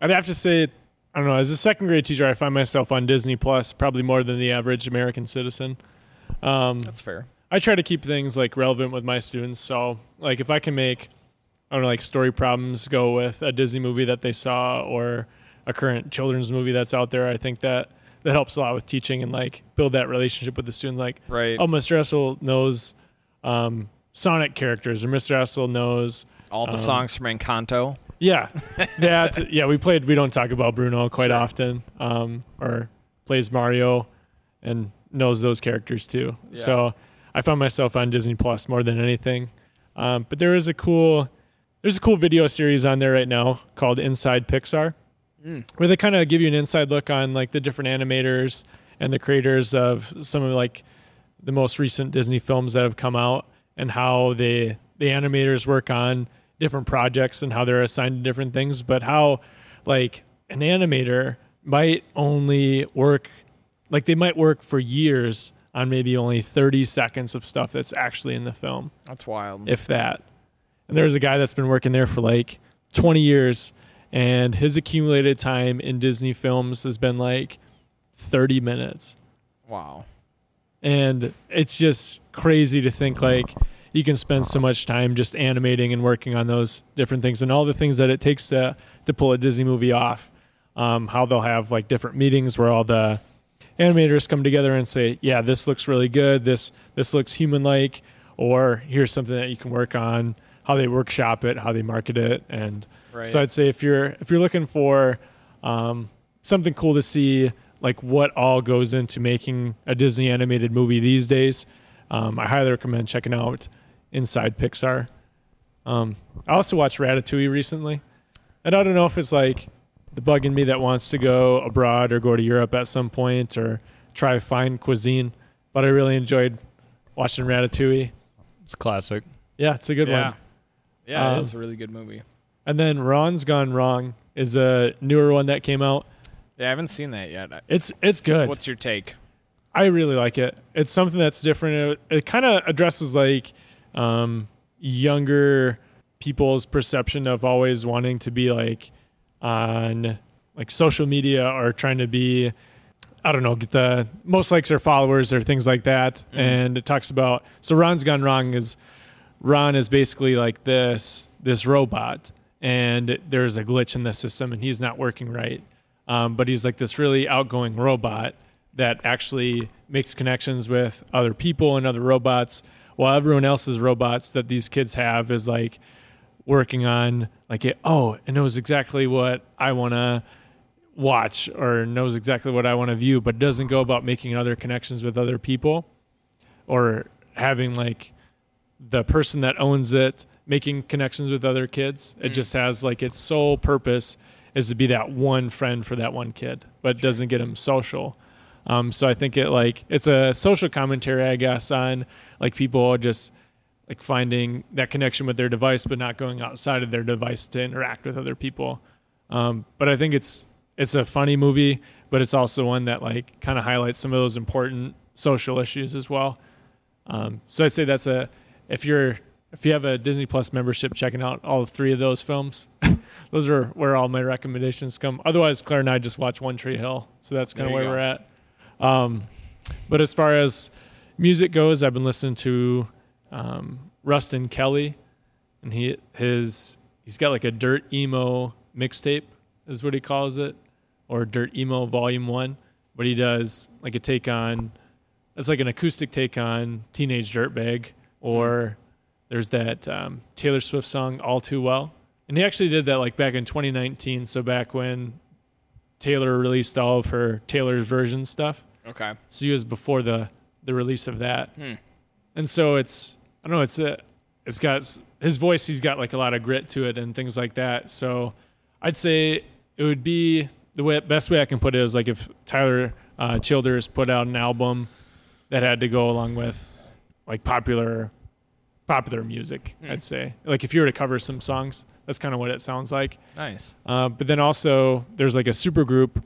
I'd have to say, I don't know. As a second grade teacher, I find myself on Disney Plus probably more than the average American citizen. Um,
That's fair.
I try to keep things like relevant with my students. So, like, if I can make, I don't know, like story problems go with a Disney movie that they saw or a current children's movie that's out there, I think that that helps a lot with teaching and like build that relationship with the student. Like,
Right.
oh, Mr. Essel knows um, Sonic characters, or Mr. Essel knows.
All the songs from Encanto.
Yeah, that. yeah, we played. We don't talk about Bruno quite often, um, or plays Mario, and knows those characters too. So I found myself on Disney Plus more than anything. Um, but there is a cool, there's a cool video series on there right now called Inside Pixar, where they kind of give you an inside look on like the different animators and the creators of some of like the most recent Disney films that have come out and how they the animators work on different projects and how they're assigned to different things, but how like an animator might only work like they might work for years on maybe only 30 seconds of stuff that's actually in the film
That's wild.
if that. And there's a guy that's been working there for like 20 years, and his accumulated time in Disney films has been like 30 minutes.
wow.
And it's just crazy to think like you can spend so much time just animating and working on those different things and all the things that it takes to to pull a Disney movie off. Um, how they'll have like different meetings where all the animators come together and say, "Yeah, this looks really good. This this looks human-like," or "Here's something that you can work on." How they workshop it, how they market it, and
Right.
so I'd say if you're if you're looking for um, something cool to see, like what all goes into making a Disney animated movie these days, um, I highly recommend checking out Inside Pixar. Um, I also watched Ratatouille recently, and I don't know if it's like the bug in me that wants to go abroad or go to Europe at some point or try fine cuisine, but I really enjoyed watching Ratatouille.
It's classic.
Yeah, it's a good
yeah.
one.
Yeah,
Um,
it's a really good movie.
And then Ron's Gone Wrong is a newer one that came out.
Yeah, I haven't seen that yet.
It's it's good.
What's your take?
I really like it. It's something that's different. It, it kind of addresses like um, younger people's perception of always wanting to be like on like social media or trying to be I don't know get the most likes or followers or things like that. And it talks about so Ron's gone wrong is Ron is basically like this this robot, and there's a glitch in the system, and he's not working right. Um, but he's like this really outgoing robot that actually makes connections with other people and other robots, while everyone else's robots that these kids have is like working on like it, oh, it knows exactly what I want to watch or knows exactly what I want to view, but doesn't go about making other connections with other people or having like the person that owns it making connections with other kids. It just has like its sole purpose is to be that one friend for that one kid, but it doesn't get him social. Um, so I think it like it's a social commentary, I guess, on like people just like finding that connection with their device, but not going outside of their device to interact with other people. Um, but I think it's it's a funny movie, but it's also one that like kind of highlights some of those important social issues as well. Um, so I say that's a if you're if you have a Disney Plus membership, checking out all three of those films. those are where all my recommendations come. Otherwise, Claire and I just watch One Tree Hill, so that's kind of
There
where
you
we're at. Um, but as far as music goes, I've been listening to um, Rustin Kelly, and he his he's got like a dirt emo mixtape is what he calls it, or dirt emo volume one. But he does like a take on it's like an acoustic take on Teenage Dirtbag, or there's that um, Taylor Swift song All Too Well, and he actually did that like back in 2019, so back when Taylor released all of her Taylor's version stuff.
Okay.
So it was before the the release of that.
Hmm.
And so it's I don't know it's a it's got s- his voice. He's got like a lot of grit to it and things like that. So I'd say it would be the way best way I can put it is like if Tyler uh, Childers put out an album that had to go along with like popular popular music. I'd say like if you were to cover some songs, that's kind of what it sounds like.
Nice.
Uh, but then also there's like a super group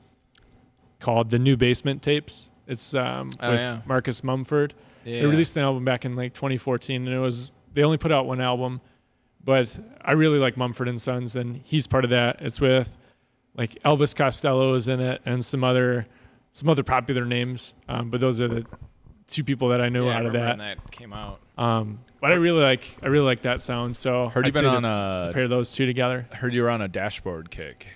called the New Basement Tapes. It's um,
Oh,
with
yeah.
Marcus Mumford.
Yeah.
They released an album back in like 2014, and it was they only put out one album, but I really like Mumford and Sons, and he's part of that. It's with like Elvis Costello is in it, and some other some other popular names. Um, but those are the two people that I know
yeah, I
out of
remember
that.
when that came out.
Um, but I really like I really like that sound. So
Heard
I'd
you've been
say to
on
uh,
a
pair those two together.
heard you were on a dashboard kick.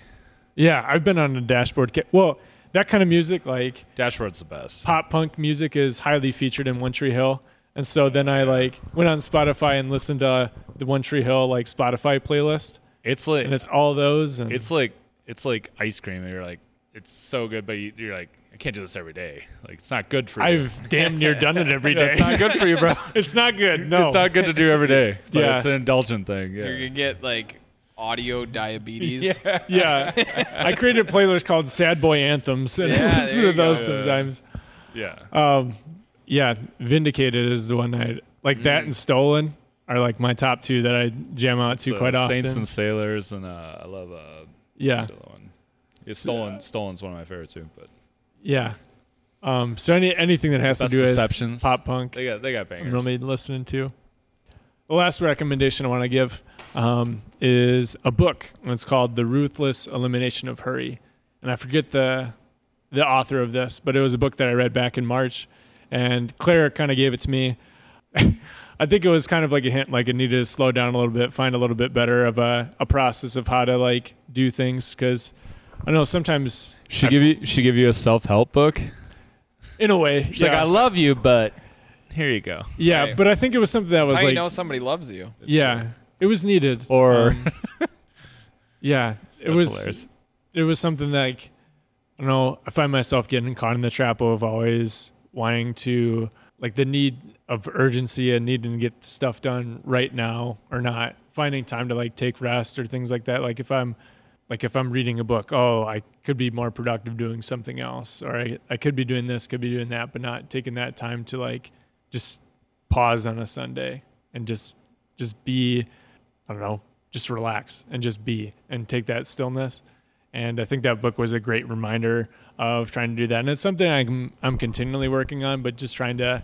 Yeah, I've been on a dashboard. Ca- well, that kind of music, like
Dashboard's the best.
pop punk music, is highly featured in One Tree Hill. And so then I like went on Spotify and listened to the One Tree Hill like Spotify playlist,
It's like
and it's all those. And
it's like it's like ice cream. You're like it's so good, but you, you're like I can't do this every day. Like it's not good for you.
I've damn near done it every
Yeah,
day.
it's not good for you, bro.
It's not good. No,
It's not good to do every day. But
Yeah.
it's an indulgent thing. Yeah.
You're gonna get like audio diabetes.
yeah. I created a playlist called Sad Boy Anthems, and
Yeah,
I listen
there
to
you go.
those sometimes.
yeah.
Um, yeah, Vindicated is the one I like.
Mm.
That and Stolen are like my top two that I jam out to
So
quite often.
Saints and Sailors, and uh, I love uh,
yeah,
still one. Yeah, stolen. Stolen's one of my favorites too. But
Yeah. Um, so any anything that has
best
to do with
deceptions.
pop punk,
They got they got
I'm
bangers.
really listening to. The last recommendation I want to give um, is a book. And it's called "The Ruthless Elimination of Hurry," and I forget the the author of this, but it was a book that I read back in March, and Claire kind of gave it to me. I think it was kind of like a hint, like it needed to slow down a little bit, find a little bit better of a, a process of how to like do things. Because I know sometimes,
She give you she give you a self help book.
in a way,
She's like, I
yes.
love you, but here you go.
Yeah,
Right.
but I think it was something that
That's
was
how
like,
you know somebody loves you.
yeah, it was needed.
Or
Um, yeah, it
That's
was.
hilarious.
It was something like, I don't know. I find myself getting caught in the trap of always wanting to, like, the need of urgency and needing to get stuff done right now or not finding time to like take rest or things like that like if i'm like if i'm reading a book oh i could be more productive doing something else or i, I could be doing this could be doing that but not taking that time to like just pause on a sunday and just just be i don't know just relax and just be and take that stillness and i think that book was a great reminder of trying to do that and it's something i'm, I'm continually working on but just trying to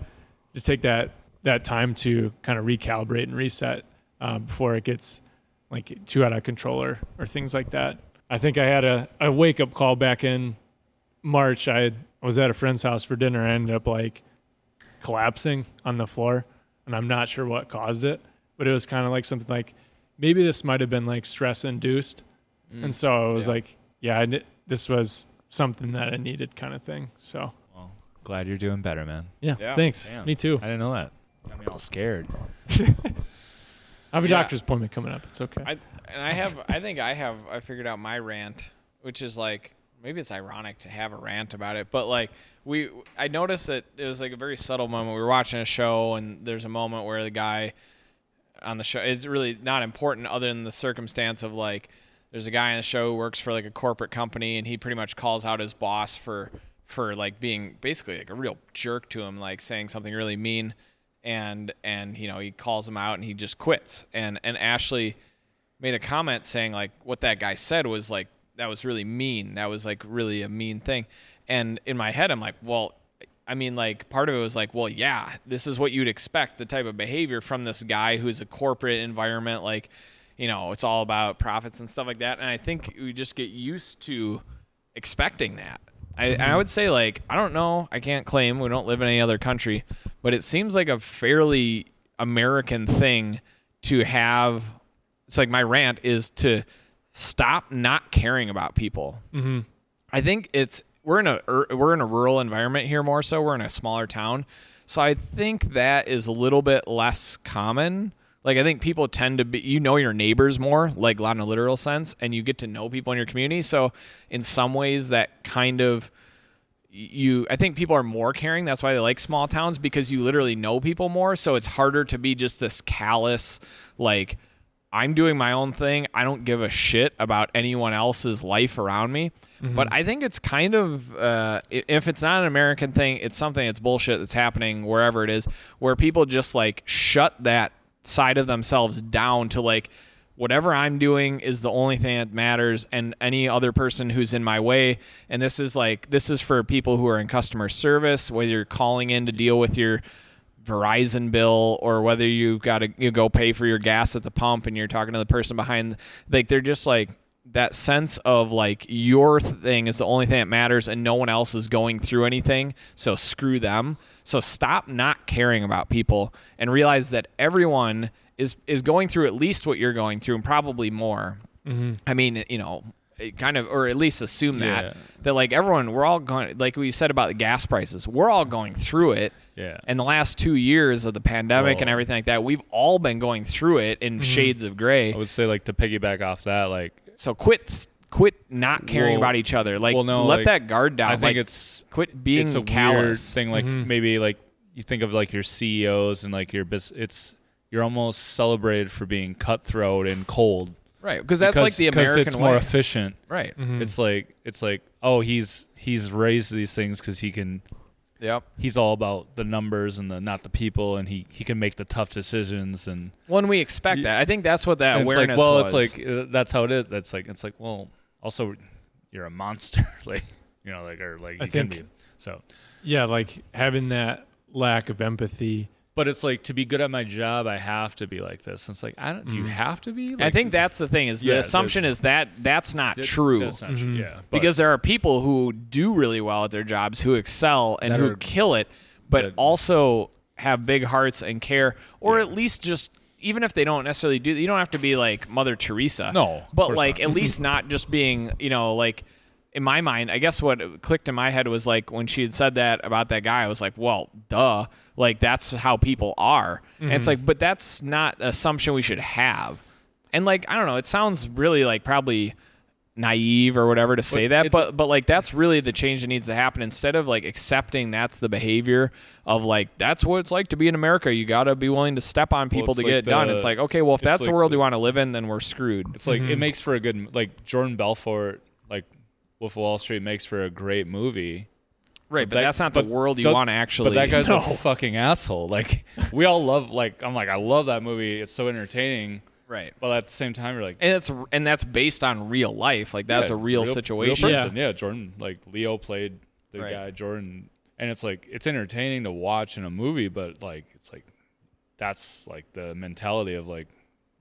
to take that that time to kind of recalibrate and reset uh, before it gets like too out of control or, or things like that. I think I had a, a wake up call back in March. I had- I was at a friend's house for dinner. I ended up like collapsing on the floor, and I'm not sure what caused it, but it was kind of like something like maybe this might have been like stress induced, and so I was like, yeah, I ne- this was something that I needed, kind of thing. So
Well, glad you're doing better, man.
yeah,
Yeah,
thanks.
damn.
Me too.
I didn't know that. Got me all scared.
I have a
Yeah.
doctor's appointment coming up. It's okay.
I and I have I think I have I figured out my rant, which is like maybe it's ironic to have a rant about it, but like we I noticed that it was like a very subtle moment. We were watching a show and there's a moment where the guy on the show it's really not important other than the circumstance of like there's a guy on the show who works for like a corporate company and he pretty much calls out his boss for for like being basically like a real jerk to him like saying something really mean and and you know he calls him out and he just quits and and Ashley made a comment saying like what that guy said was like that was really mean. That was like really a mean thing. And in my head I'm like, well, I mean like part of it was like, well, yeah, this is what you'd expect the type of behavior from this guy who's a corporate environment like, you know, it's all about profits and stuff like that. And I think we just get used to expecting that. I, and I would say like I don't know, I can't claim we don't live in any other country, but it seems like a fairly American thing to have. It's like my rant is to stop not caring about people. Mm-hmm. I think it's we're in a ur- we're in a rural environment here more so we're in a smaller town, so I think that is a little bit less common. Like I think people tend to be you know your neighbors more, like not in a literal sense, and you get to know people in your community. So in some ways that kind of you I think people are more caring. That's why they like small towns because you literally know people more. So it's harder to be just this callous, like, I'm doing my own thing. I don't give a shit about anyone else's life around me. But I think it's kind of, uh, i- if it's not an American thing, it's something that's bullshit that's happening wherever it is, where people just like shut that side of themselves down to like, whatever I'm doing is the only thing that matters, and any other person who's in my way. And this is like this is for people who are in customer service, whether you're calling in to deal with your Verizon bill or whether you've got to you go pay for your gas at the pump and you're talking to the person behind. Like they're just like that sense of like your thing is the only thing that matters and no one else is going through anything so screw them so stop not caring about people and realize that everyone is is going through at least what you're going through and probably more i mean you know it kind of or at least assume that
Mm-hmm. Yeah.
that like everyone we're all going like we said about the gas prices we're all going through it
Yeah.
and the last two years of the pandemic and
Well-
everything like that we've all been going through it in
Mm-hmm.
shades of gray
I would say like to piggyback off that, like
so quit quit not caring
Well-
about each other. Like
well, no,
let
like,
that guard down.
I think
Like,
it's
quit being
it's a weird
callous.
thing. Like maybe like you think of like your CEOs and like your bus. It's you're almost celebrated for being cutthroat and cold.
Right. Because that's like the
'cause
American
it's
way.
more Mm-hmm. efficient.
right.
It's like it's like oh he's he's raised these things because he can
Yep.
he's all about the numbers and the not the people and he he can make the tough decisions and,
When we expect that. I think that's what that
and it's like
awareness
well
was.
it's like uh, that's how it is that's like it's like well also you're a monster like you know like or like
I
you can
think-
be so
Yeah, like having that lack of empathy.
but it's like to be good at my job I have to be like this and it's like I don't do you
Mm-hmm.
have to be
I
Like,
think that's the thing is
Yeah,
the assumption is that that's not
that-
true.
that's not
Mm-hmm.
true yeah but-
because there are people who do really well at their jobs, who excel and
That
who
are-
kill it, but
that-
also have big hearts and care, or at least just even if they don't necessarily do, you don't have to be like Mother Teresa.
No, of
but
course
like
not.
at least not just being, you know, like in my mind, I guess what clicked in my head was like when she had said that about that guy, I was like, well, duh, like that's how people are. And
Mm-hmm.
it's like, but that's not an assumption we should have. And like I don't know, it sounds really like probably naive or whatever to say that
it-
but but like that's really the change that needs to happen instead of like accepting that's the behavior of like that's what it's like to be in america you gotta be willing to step on people
it's
to
like
get it done
the-
it's like okay well if
it's
that's the
like
world
the-
you want to live in then we're screwed
It's like
Mm-hmm.
it makes for a good like Jordan Belfort like Wolf of Wall Street makes for a great movie.
right but
that-
that's not
but
the world you
that-
want to actually
But that guy's a fucking asshole. Like we all love like I'm like I love that movie. It's so entertaining.
right
But at the same time, you're like
and it's and that's based on real life like that's
yeah,
a
it's
real, situation
Yeah.
person. Yeah. Jordan like Leo played the
Right.
guy Jordan, and it's like it's entertaining to watch in a movie, but like it's like that's like the mentality of like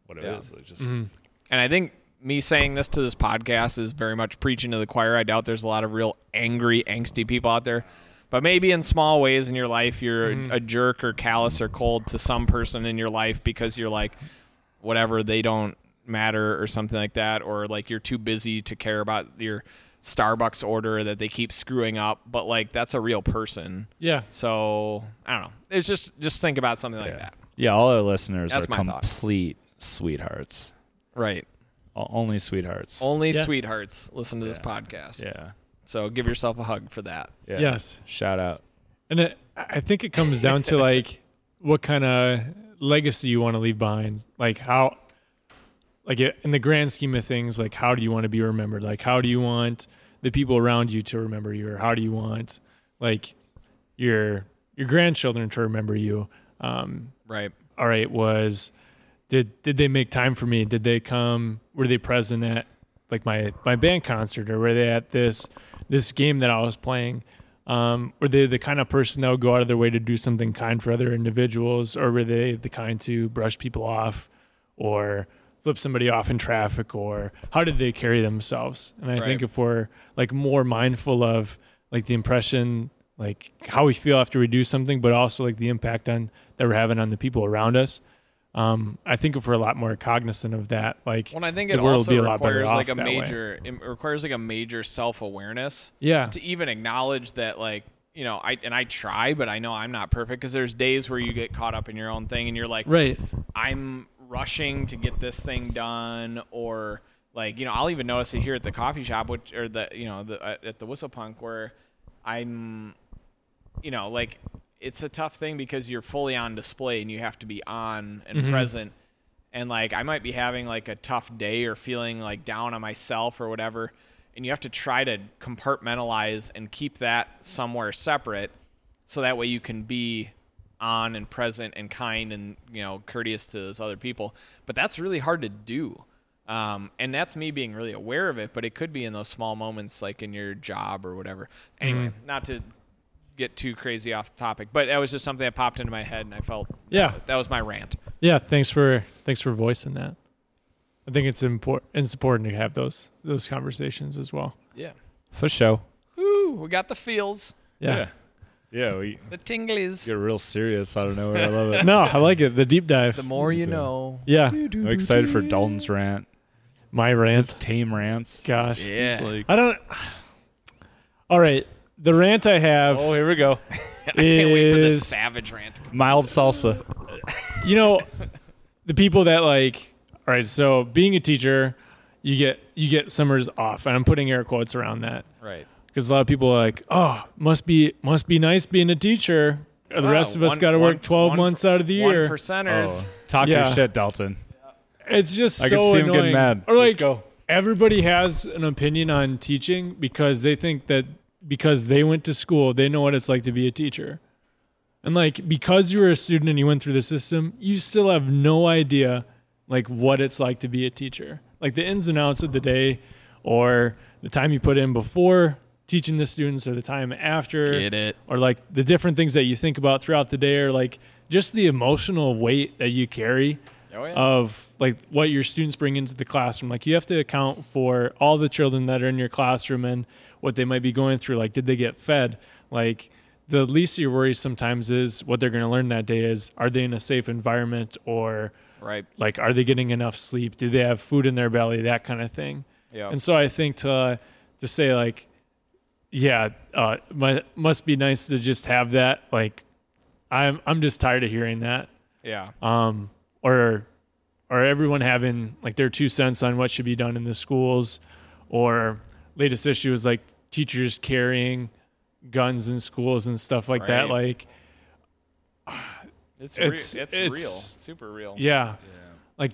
what it is.
Yeah.
It's just
and I think me saying this to this podcast is very much preaching to the choir. I doubt there's a lot of real angry, angsty people out there. But maybe in small ways in your life, you're a jerk or callous or cold to some person in your life because you're like, whatever, they don't matter or something like that. Or like you're too busy to care about your Starbucks order that they keep screwing up. But like, that's a real person.
Yeah.
So I don't know. It's just, just think about something like
yeah.
that.
yeah, all our listeners
That's
are
my thought.
complete sweethearts.
Right.
O- Only sweethearts.
Only
Yeah.
sweethearts listen to this podcast.
yeah.
So give yourself a hug for that.
yeah.
Yes.
Shout out.
And it, I think it comes down to like what kind of legacy you want to leave behind. Like how, like i- in the grand scheme of things, like how do you want to be remembered? Like how do you want the people around you to remember you, or how do you want like your your grandchildren to remember you? Um,
Right.
all right was did did they make time for me did they come were they present at like my my band concert or were they at this this game that i was playing um, were they the kind of person that would go out of their way to do something kind for other individuals or were they the kind to brush people off or flip somebody off in traffic or how did they carry themselves and i think if we're like more mindful of like the impression like how we feel after we do something but also like the impact on that we're having on the people around us um i think if we're a lot more cognizant of that like
Well, and I think
the
it
world
also
will be a lot better
requires like a
off that way.
major it requires like a major self awareness
yeah
to even acknowledge that like you know I and I try, but I know I'm not perfect because there's days where you get caught up in your own thing and you're like,
right
I'm rushing to get this thing done or like you know I'll even notice it here at the coffee shop which or the you know the uh, at the whistle punk where I'm you know like it's a tough thing because you're fully on display and you have to be on and present and like I might be having like a tough day or feeling like down on myself or whatever and you have to try to compartmentalize and keep that somewhere separate so that way you can be on and present and kind and you know courteous to those other people but that's really hard to do um, and that's me being really aware of it but it could be in those small moments like in your job or whatever anyway not to get too crazy off the topic but that was just something that popped into my head and i felt
yeah
that was my rant
yeah thanks for thanks for voicing that i think it's important it's important to have those those conversations as well
yeah
For show.
Ooh, we got the feels
yeah,
Yeah, we
the tinglies
get real serious out of nowhere. I love it.
no i like it the deep dive
the more you know
yeah
I'm excited for Dalton's rant.
my rant
It's tame rants.
gosh
yeah
i don't all right the rant i have
Oh, here we go.
i can't wait for this
is-
savage rant to come.
Mild salsa.
you know the people that like all right so being a teacher you get you get summers off and i'm putting air quotes around that
right
because a lot of people are like oh must be must be nice being a teacher the rest of us got to work 12 months out of the year
Oh, one percenters
Oh, talk
Yeah.
your shit, Dalton.
it's just
I
so
can see him
annoying.
getting mad.
Or like,
Let's go.
Everybody has an opinion on teaching because they think that because they went to school, they know what it's like to be a teacher. And like because you were a student and you went through the system, you still have no idea like what it's like to be a teacher. Like the ins and outs of the day or the time you put in before teaching the students or the time after
Get it.
or like the different things that you think about throughout the day or like just the emotional weight that you carry
Oh, yeah.
of like what your students bring into the classroom like you have to account for all the children that are in your classroom and what they might be going through like did they get fed like the least of your worries sometimes is what they're going to learn that day is are they in a safe environment or
right
like are they getting enough sleep do they have food in their belly that kind of thing
Yeah.
and so i think to to say like yeah uh my, must be nice to just have that like i'm i'm just tired of hearing that
yeah
um or or everyone having like their two cents on what should be done in the schools or latest issue is like teachers carrying guns in schools and stuff like that.
Right.
Like,
It's,
It's-
re- it's,
it's-
real. super real.
yeah, like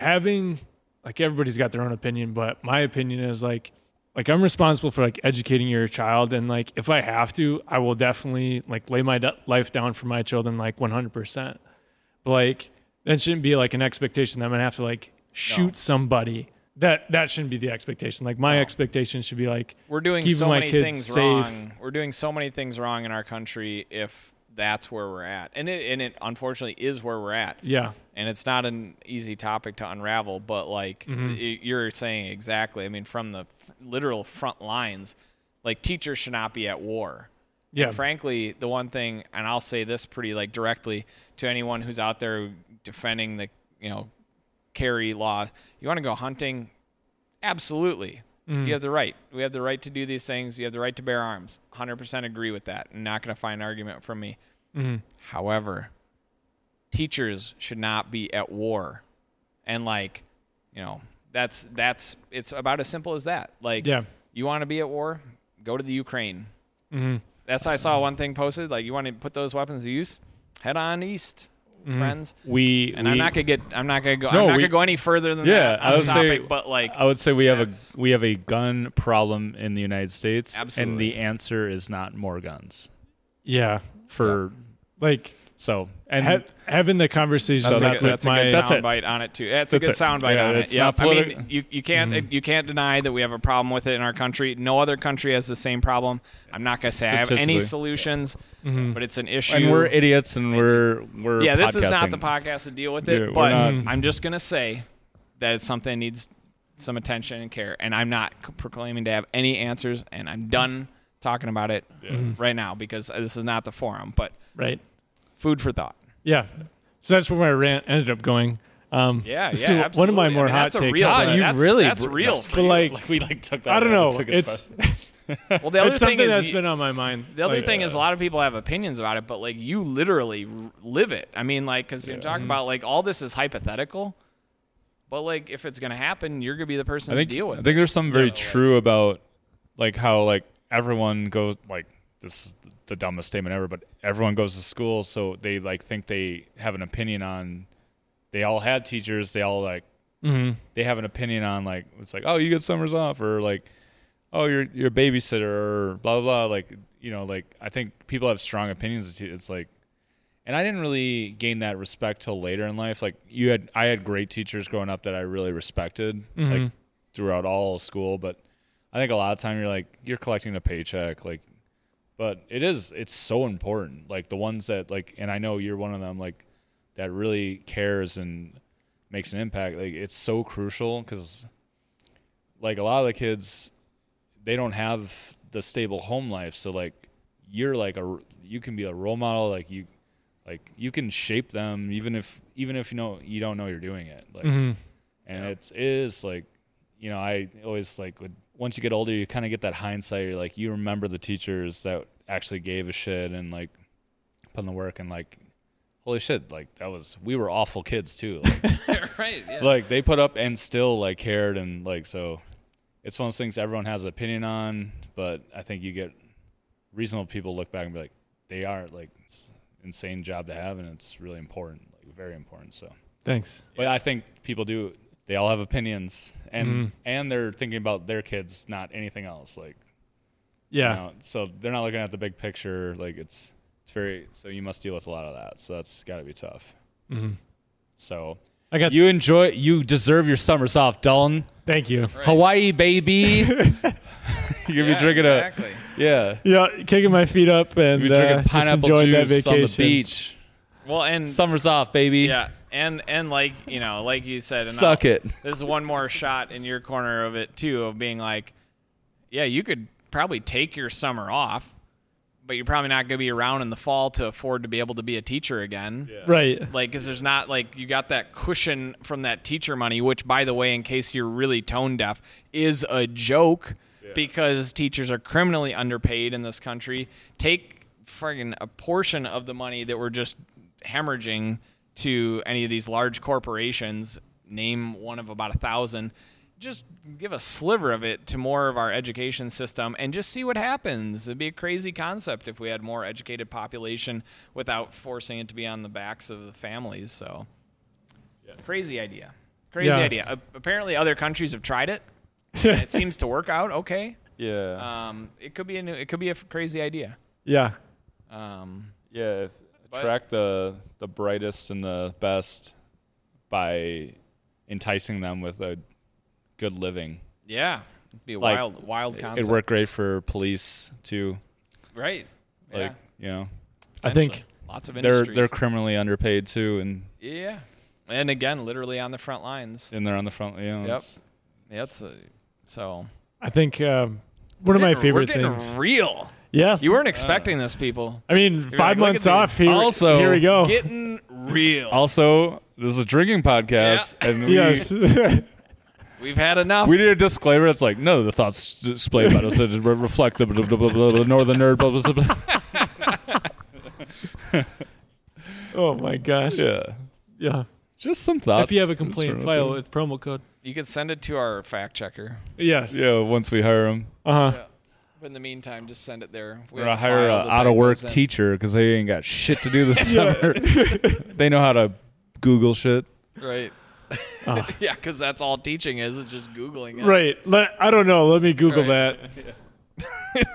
having like everybody's got their own opinion, but my opinion is like like I'm responsible for like educating your child, and like if I have to, I will definitely like lay my d- life down for my children like 100. percent But like that shouldn't be like an expectation that I'm gonna have to like shoot somebody. That that shouldn't be the expectation. Like my expectation should be like
We're doing
keeping
so
my
many
kids
things
safe.
wrong.
We're doing so many things wrong in our country if that's where we're at. And it, and it unfortunately is where we're at.
yeah.
and it's not an easy topic to unravel but like y- you're saying exactly i mean from the f- literal front lines like teachers should not be at war
Yeah.
and frankly the one thing and i'll say this pretty like directly to anyone who's out there defending the you know carry law you want to go hunting absolutely
Mm-hmm.
you have the right we have the right to do these things you have the right to bear arms 100% agree with that not going to find an argument from me
Mm-hmm.
however teachers should not be at war and like you know that's that's it's about as simple as that like
Yeah.
you want to be at war go to the ukraine mm-hmm. that's i saw one thing posted like you want to put those weapons to use head on east friends
We
and
we,
i'm not gonna get i'm not gonna go i'm
Mm-hmm. No,
not
we-
gonna go any further than
Yeah,
that
I
on
would
the
say-
topic, but like
I would say we have
That's-
a we have a gun problem in the United States, and
Absolutely.
the answer is not more guns
Yeah.
for
Like
so and
ha- having the conversation
That's a
with
good- that's a
my
good
good
That's it.
soundbite on it too. That's, a
That's
good
it.
soundbite
Yeah,
on it.
it's
Yeah,
not
I mean,
politi- Mm-hmm.
you, you can't you can't deny that we have a problem with it in our country. No other country has the same problem. I'm not gonna say I have any
Statistically. Mm-hmm.
solutions,
Mm-hmm.
but it's an issue.
and we're idiots and we're we're
yeah, this is not the
podcasting.
podcast to deal with
Yeah,
it.
we're
but
not-
I'm just gonna say that it's something that needs some attention and care. And I'm not c- proclaiming to have any answers. And I'm done talking about it
Mm-hmm.
right now because this is not the forum. But
right.
food for thought.
Yeah. So that's where my rant ended up going. Um,
Yeah, yeah,
so One of
absolutely. I
my more
mean,
hot
that's a
takes.
real-
but-
God, you That's- really that's br- real. that's
But like,
we like took that
I don't
and
know.
took it
It's
far.
Well, the other
it's
thing
something
is
that's
you-
been on my mind.
The other
Like, uh,
thing is a lot of people have opinions about it, but like you literally r- live it. I mean, like because you're
Mm-hmm.
talking about like all this is hypothetical, but like if it's gonna happen, you're gonna be the person
I think
to deal with.
I think there's something very true about like how like everyone goes like this is the dumbest statement ever, but everyone goes to school, so they like think they have an opinion on. They all had teachers. They all like
mm-hmm.
they have an opinion on like it's like oh you get summers off or like oh you're you're a babysitter or blah blah blah like you know like I think people have strong opinions. It's, it's like. And I didn't really gain that respect till later in life. Like you had, I had great teachers growing up that I really respected. Like throughout all of school, but I think a lot of time you're like you're collecting a paycheck, like but it is it's so important. Like the ones that like and I know you're one of them like that really cares and makes an impact. Like it's so crucial cuz like a lot of the kids they don't have the stable home life, so like you're like a you can be a role model like you like you can shape them even if even if you know you don't know you're doing it. Like and it's it is like you know i always like would once you get older you kind of get that hindsight you're like you remember the teachers that actually gave a shit and like put in the work and like holy shit like that was we were awful kids too like,
right? Yeah.
like they put up and still like cared and like so it's one of those things everyone has an opinion on but i think you get reasonable people look back and be like they are like it's an insane job to have and it's really important like very important so
Thanks.
but I think people do. They all have opinions, and and they're thinking about their kids, not anything else. Like,
Yeah.
you know, so they're not looking at the big picture. Like, it's it's very. So you must deal with a lot of that. So that's got to be tough. Mm-hmm. So
I got.
you enjoy. You deserve your summers off, Dalton.
thank you.
Hawaii, baby. You're gonna be drinking
exactly.
a yeah.
Yeah, kicking my feet up and
You're
uh,
drinking
just
pineapple
enjoying that
juice
vacation.
on the beach.
Well, and
Summers off, baby.
yeah, and and like you know, like you said, and
Suck
I'll-
it.
This is one more shot in your corner of it too, of being like, yeah, you could probably take your summer off, but you're probably not gonna be around in the fall to afford to be able to be a teacher again. Yeah.
Right.
like because there's not like you got that cushion from that teacher money which by the way in case you're really tone deaf is a joke because teachers are criminally underpaid in this country take friggin' a portion of the money that we're just hemorrhaging to any of these large corporations name one of about a thousand just give a sliver of it to more of our education system and just see what happens. It'd be a crazy concept if we had more educated population without forcing it to be on the backs of the families. So, crazy idea. Crazy
Yeah.
idea. A- apparently, other countries have tried it. and it seems to work out okay.
Yeah.
Um, it could be a new, it could be a f- crazy idea.
Yeah.
Um,
Yeah, if
But-
attract the the brightest and the best by enticing them with a good living.
yeah, it'd be a
Like,
wild, wild
It-
concept.
It worked great for police too.
right?
Like you know,
yeah,
I think-
potentially. lots of
they're
industries.
they're criminally underpaid too, and
yeah, and again, literally on the front lines.
and they're on the front. You know, it's-
That's a, so
I think um, one of my favorite
we're getting
things.
Real.
yeah.
You weren't expecting this, people.
I mean,
like,
five
look
months
at the-
off. Here,
Also,
here we go.
Getting real.
also this is a drinking podcast, and we,
yes. yeah.
We've had enough.
We did a disclaimer. It's like, no, the thoughts displayed about us re- reflect the blah, blah, blah, blah, blah, northern nerd. Blah, blah, blah, blah.
Oh my gosh. Yeah.
Yeah, just some thoughts.
If you have a complaint,
Just
file
sort of-
with promo code.
you could send it to our fact checker.
Yes.
Yeah, once we hire them,
Uh huh.
Yeah. But in the meantime, just send it there.
we're gonna hire a out of work teacher because they ain't got shit to do this summer. they know how to Google shit.
Right.
Ah.
yeah, because that's all teaching is. It's just Googling it.
Right. Let, I don't know. Let me Google that.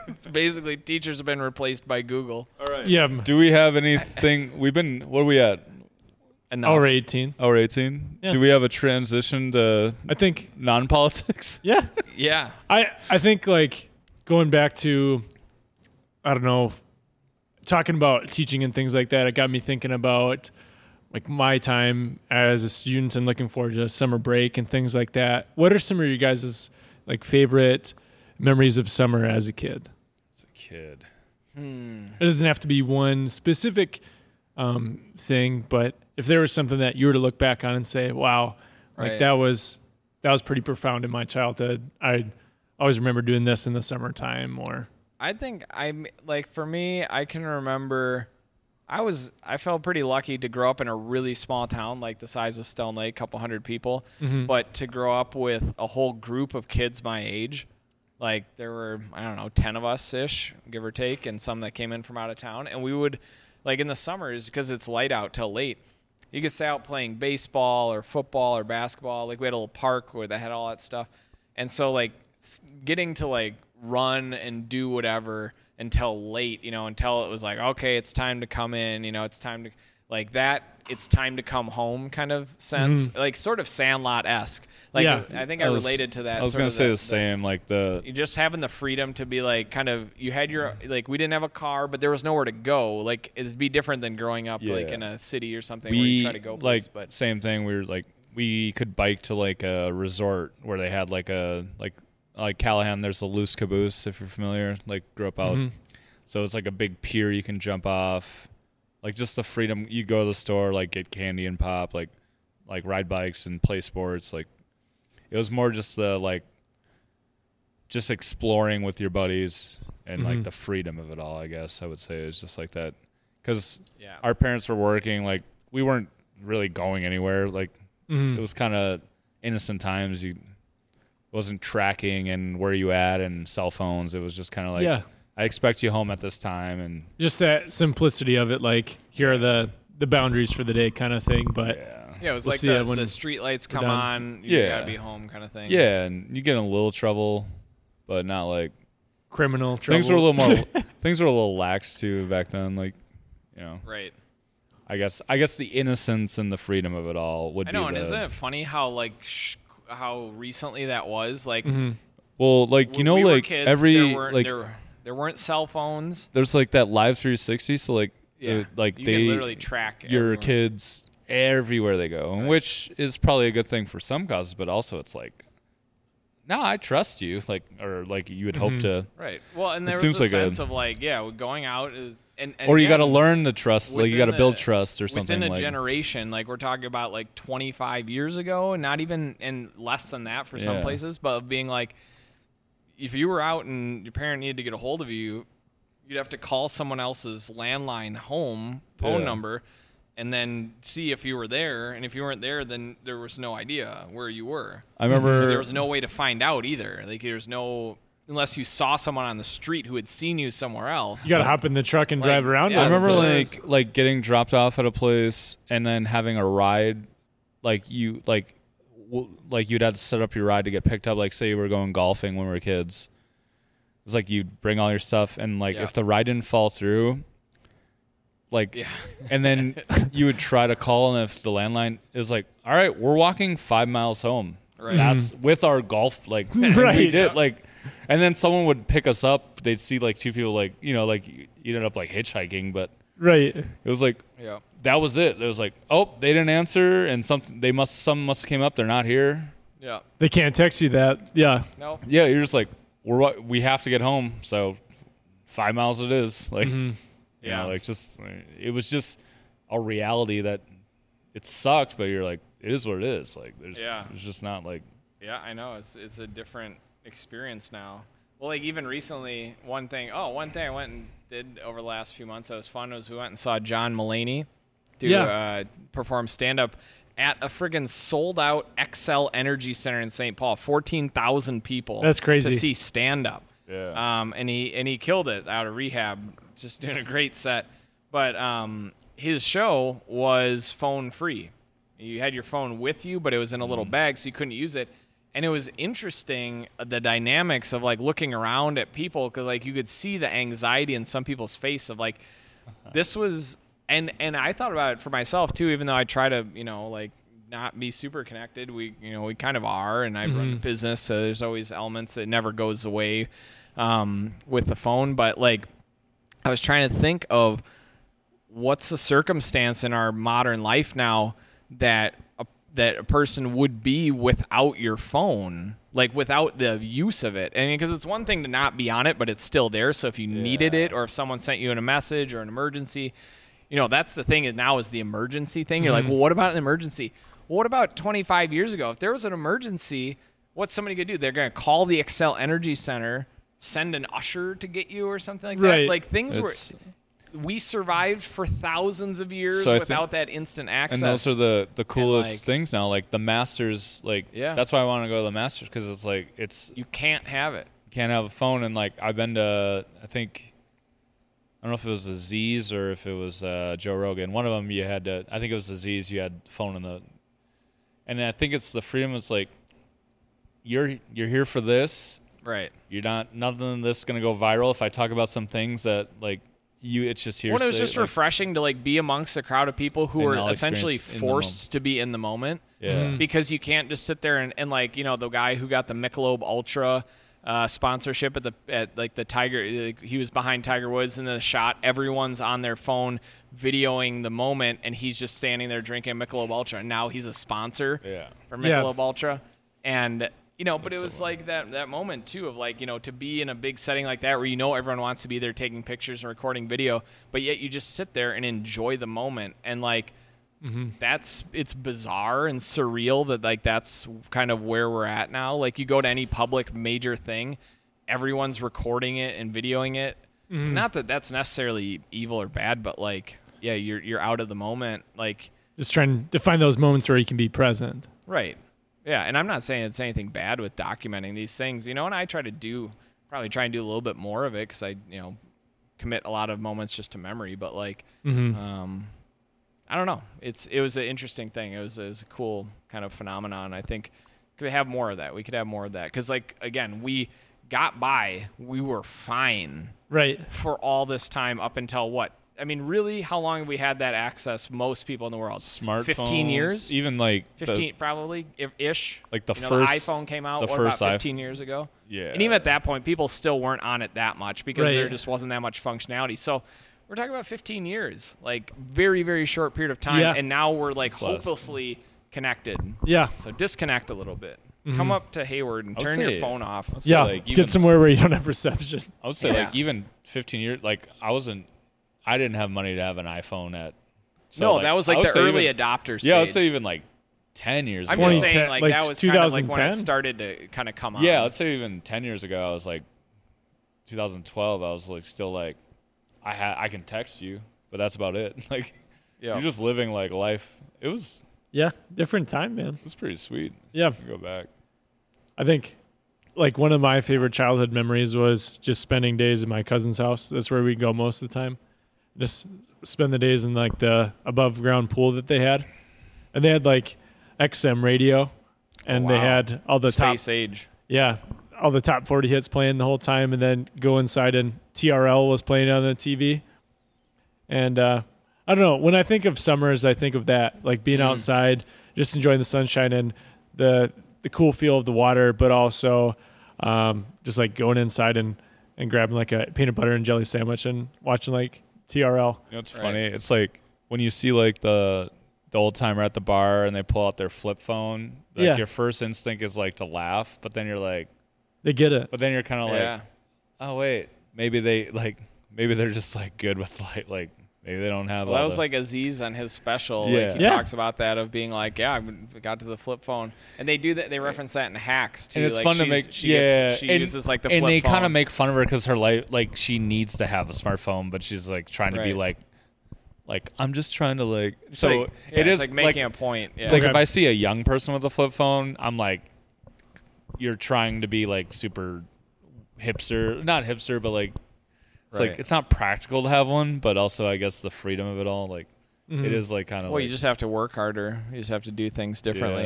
It's basically, teachers have been replaced by Google.
Yeah.
Do we have anything? We've been. What are we at?
Enough.
Hour 18.
Hour eighteen.
Yeah.
Do we have a transition to
I think.
non-politics?
Yeah.
Yeah.
I I think like going back to I don't know talking about teaching and things like that it got me thinking about like my time as a student and looking forward to summer break and things like that. What are some of your guys' like favorite memories of summer as a kid?
It's a kid.
It doesn't have to be one specific um, thing, but if there was something that you were to look back on and say, "Wow, like
Right.
that was that was pretty profound in my childhood," I always remember doing this in the summertime, or
I think I'm like for me, I can remember I was I felt pretty lucky to grow up in a really small town like the size of Stone Lake, couple hundred people, but to grow up with a whole group of kids my age. Like there were I don't know 10 of us ish, give or take, and some that came in from out of town and we would like in the summers because it's light out till late. You could stay out playing baseball or football or basketball. Like we had a little park where they had all that stuff. And so like s- getting to like run and do whatever until late, you know, until it was like, okay, it's time to come in, you know, it's time to like that, it's time to come home kind of sense, like sort of Sandlot esque. Like
Mm-hmm. Yeah.
I think I,
was-
related to that.
I was
sort
gonna
of
say
the-
the same. Like the
you just having the freedom to be like kind of you had your like we didn't have a car but there was nowhere to go like it'd be different than growing up like
Yeah.
in a city or something
we
where you try to go places,
like
but
same thing. We were like we could bike to like a resort where they had like a like like Callahan. There's the loose caboose if you're familiar. Like grew up out, so it's like a big pier you can jump off. Like just the freedom. You go to the store, like get candy and pop, like like ride bikes and play sports. Like it was more just the like just exploring with your buddies and like the freedom of it all. I guess I would say it's just like that because
yeah
our parents were working like we weren't really going anywhere like it was kind of innocent times you wasn't tracking and where you at and cell phones it was just kind of like
Yeah.
i expect you home at this time and
just that simplicity of it. Like here are the the boundaries for the day, kind of thing. But
yeah
yeah it was
we'll
like
see
the,
that when
the street lights come
done.
on you
Yeah.
gotta be home kind of thing
yeah and you get in a little trouble but not like
criminal trouble.
things were a little more things were a little lax too back then like you know
right
i guess i guess the innocence and the freedom of it all would
i know
be
and
the,
isn't it funny how like sh- how recently that was like
well like
when
Mm-hmm. you know
we were
like
kids,
every
there weren't,
like
there, there weren't cell phones
there's like that live 360 so like
yeah
the- like
you
they
can literally track
your
everyone.
kids everywhere they go and which is probably a good thing for some causes but also it's like no i trust you like or like you would hope to
right well and there was
seems
a
like a-
sense of like yeah going out is and, and
or you got
again,
to learn the trust like you got
within
to build
a-
trust or something
within a
like
generation like we're talking about like 25 years ago and not even and less than that for some
Yeah.
places but of being like if you were out and your parent needed to get a hold of you you'd have to call someone else's landline home phone
Yeah.
number and then see if you were there. And if you weren't there, then there was no idea where you were.
I remember
There was no way to find out either. Like there's no unless you saw someone on the street who had seen you somewhere else.
You got to hop in the truck and drive around.
yeah,
with
I
it.
remember
so
like
there's-
like getting dropped off at a place and then having a ride, like you like w- like you'd have to set up your ride to get picked up. Like say you were going golfing when we were kids, it's like you'd bring all your stuff and like
Yeah.
if the ride didn't fall through, like
Yeah.
and then you would try to call and if the landline is like, all right, we're walking five miles home.
Right.
That's with our golf like and we
Right.
did like and then someone would pick us up they'd see like two people like you know like you you ended up like hitchhiking but
right.
it was like
Yeah.
that was it. It was like, oh, they didn't answer, and something they must some must have came up. They're not here.
Yeah.
They can't text you that. Yeah.
No.
Yeah, you're just like, we're wa- we have to get home. So five miles it is. Like, you
Mm-hmm. Yeah.
know, like just it was just a reality that it sucked, but you're like, it is what it is. Like, there's
Yeah.
it's just not like
Yeah, I know. It's it's a different experience now. Well, like even recently, one thing. Oh, one thing I went and did over the last few months that was fun was we went and saw John Mulaney do
Yeah.
uh, perform stand up at a friggin' sold out XL Energy Center in St. Paul. Fourteen thousand people.
That's crazy.
to see stand up.
Yeah.
Um, and he and he killed it out of rehab, just doing a great set. But um, his show was phone free. You had your phone with you, but it was in a little bag, so you couldn't use it. And it was interesting uh, the dynamics of like looking around at people because like you could see the anxiety in some people's face of like this was and and I thought about it for myself too, even though I try to you know like not be super connected. We you know we kind of are, and I run a business, so there's always elements that never goes away um, with the phone. But like I was trying to think of what's the circumstance in our modern life now that a, that a person would be without your phone like without the use of it and because it's one thing to not be on it but it's still there so if you needed it or if someone sent you in a message or an emergency you know that's the thing is now is the emergency thing you're like well what about an emergency well, what about 25 years ago if there was an emergency what's somebody going to do they're going to call the excel energy center send an usher to get you or something like that
Right.
like things
It's-
were we survived for thousands of years
So I
without that instant access.
and those are the the coolest
like-
things now. Like the Masters, like
Yeah.
that's why I want to go to the Masters because it's like it's
you can't have it.
can't have a phone and like I've been to I think I don't know if it was Aziz or if it was uh, Joe Rogan. One of them you had to I think it was Aziz you had phone in the and I think it's the freedom it's like you're you're here for this.
Right.
You're not nothing of this gonna go viral if I talk about some things that like you it's just here.
When it was just refreshing to like be amongst a crowd of people who
And
are
all
essentially
experience in the moment.
forced to be in the moment. Mm-hmm.
Yeah.
Because you can't just sit there and, and like, you know, the guy who got the Michelob Ultra uh, sponsorship at the at like the Tiger like, he was behind Tiger Woods in the shot. Everyone's on their phone videoing the moment and he's just standing there drinking Michelob Ultra and now he's a sponsor.
Yeah.
for
Yeah.
Michelob Ultra, and you know, but it was like that that moment too of like you know to be in a big setting like that where you know everyone wants to be there taking pictures and recording video, but yet you just sit there and enjoy the moment and like that's it's bizarre and surreal that like that's kind of where we're at now. Like you go to any public major thing, everyone's recording it and videoing it. Not that that's necessarily evil or bad, but like yeah, you're you're out of the moment like.
Just trying to find those moments where you can be present.
Right. Yeah, and I'm not saying it's anything bad with documenting these things, you know. And I try to do probably try and do a little bit more of it because I, you know, commit a lot of moments just to memory. But like, um, I don't know. It's it was an interesting thing. It was it was a cool kind of phenomenon. I think could have more of that. We could have more of that because like again, we got by. We were fine
Right.
for all this time up until what? I mean, really, how long have we had that access? Most people in the world,
smartphones.
fifteen years,
Even like the-
15 probably if, ish
Like the
You know,
first-
the iphone came out
the
what
first
about
iPhone.
15 years ago
Yeah.
and even at that point people still weren't on it that much because
Right.
there just wasn't that much functionality so we're talking about 15 years like very very short period of time
Yeah.
and now we're like
less.
hopelessly connected
Yeah. Mm-hmm.
so disconnect a little bit come up to hayward and
I would
turn
say-
your phone off
I'd say,
Yeah.
uh, like, even-
Get somewhere where you don't have reception.
I would say
Yeah.
like even 15 years, like I wasn't, I didn't have money to have an iPhone at. so,
no that was
I
like
would
the
say
early
even-
adopter stage
Yeah, I would say even like 10 years.
i'm
ago.
just
2010
saying like,
like
that was kind of like when it
2010?
started to kind of come on
Yeah, let's say even 10 years ago, I was like 2012. I was like still like, I ha- I can text you, but that's about it. Like,
Yeah.
You're just living like life. It was
Yeah, different time, man.
it was pretty sweet.
Yeah,
You go back.
I think like one of my favorite childhood memories was just spending days at my cousin's house. That's where we go most of the time. Just spend the days in like the above ground pool that they had. And they had like XM radio and they
wow.
had all the top
Space age.
yeah, all the top 40 hits playing the whole time and then go inside and TRL was playing on the TV. And uh I don't know, when I think of summers, I think of that, like
Mm.
being outside, just enjoying the sunshine and the the cool feel of the water, but also um just like going inside and and grabbing like a peanut butter and jelly sandwich and watching like TRL.
You know, it's
Right.
funny. It's like when you see like the the old timer at the bar and they pull out their flip phone. Like
Yeah.
your first instinct is like to laugh, but then you're like,
They get it.
but then you're kind of like,
yeah.
oh wait, maybe they like, maybe they're just like good with like, like maybe they don't have.
Well,
all
that was
the-
like Aziz on his special.
Yeah.
Like he
Yeah.
talks about that of being like, yeah, I got to the flip phone, and they do that. They reference that in hacks too.
and it's
like,
fun to
she's-
make.
She
yeah,
gets, she
and-
uses like the
and
flip
they
phone.
kind of make fun of her because her life, like she needs to have a smartphone, but she's like trying to be
Right.
like, like I'm just trying to like.
It's
So
like, yeah,
it
it's
is
like making a point. Yeah.
like
Okay.
if I see a young person with a flip phone, I'm like, you're trying to be like super hipster, not hipster, but like it's
Right.
like it's not practical to have one, but also I guess the freedom of it all, like
Mm-hmm.
it is like kind of.
well, you just have to work harder. You just have to do things differently.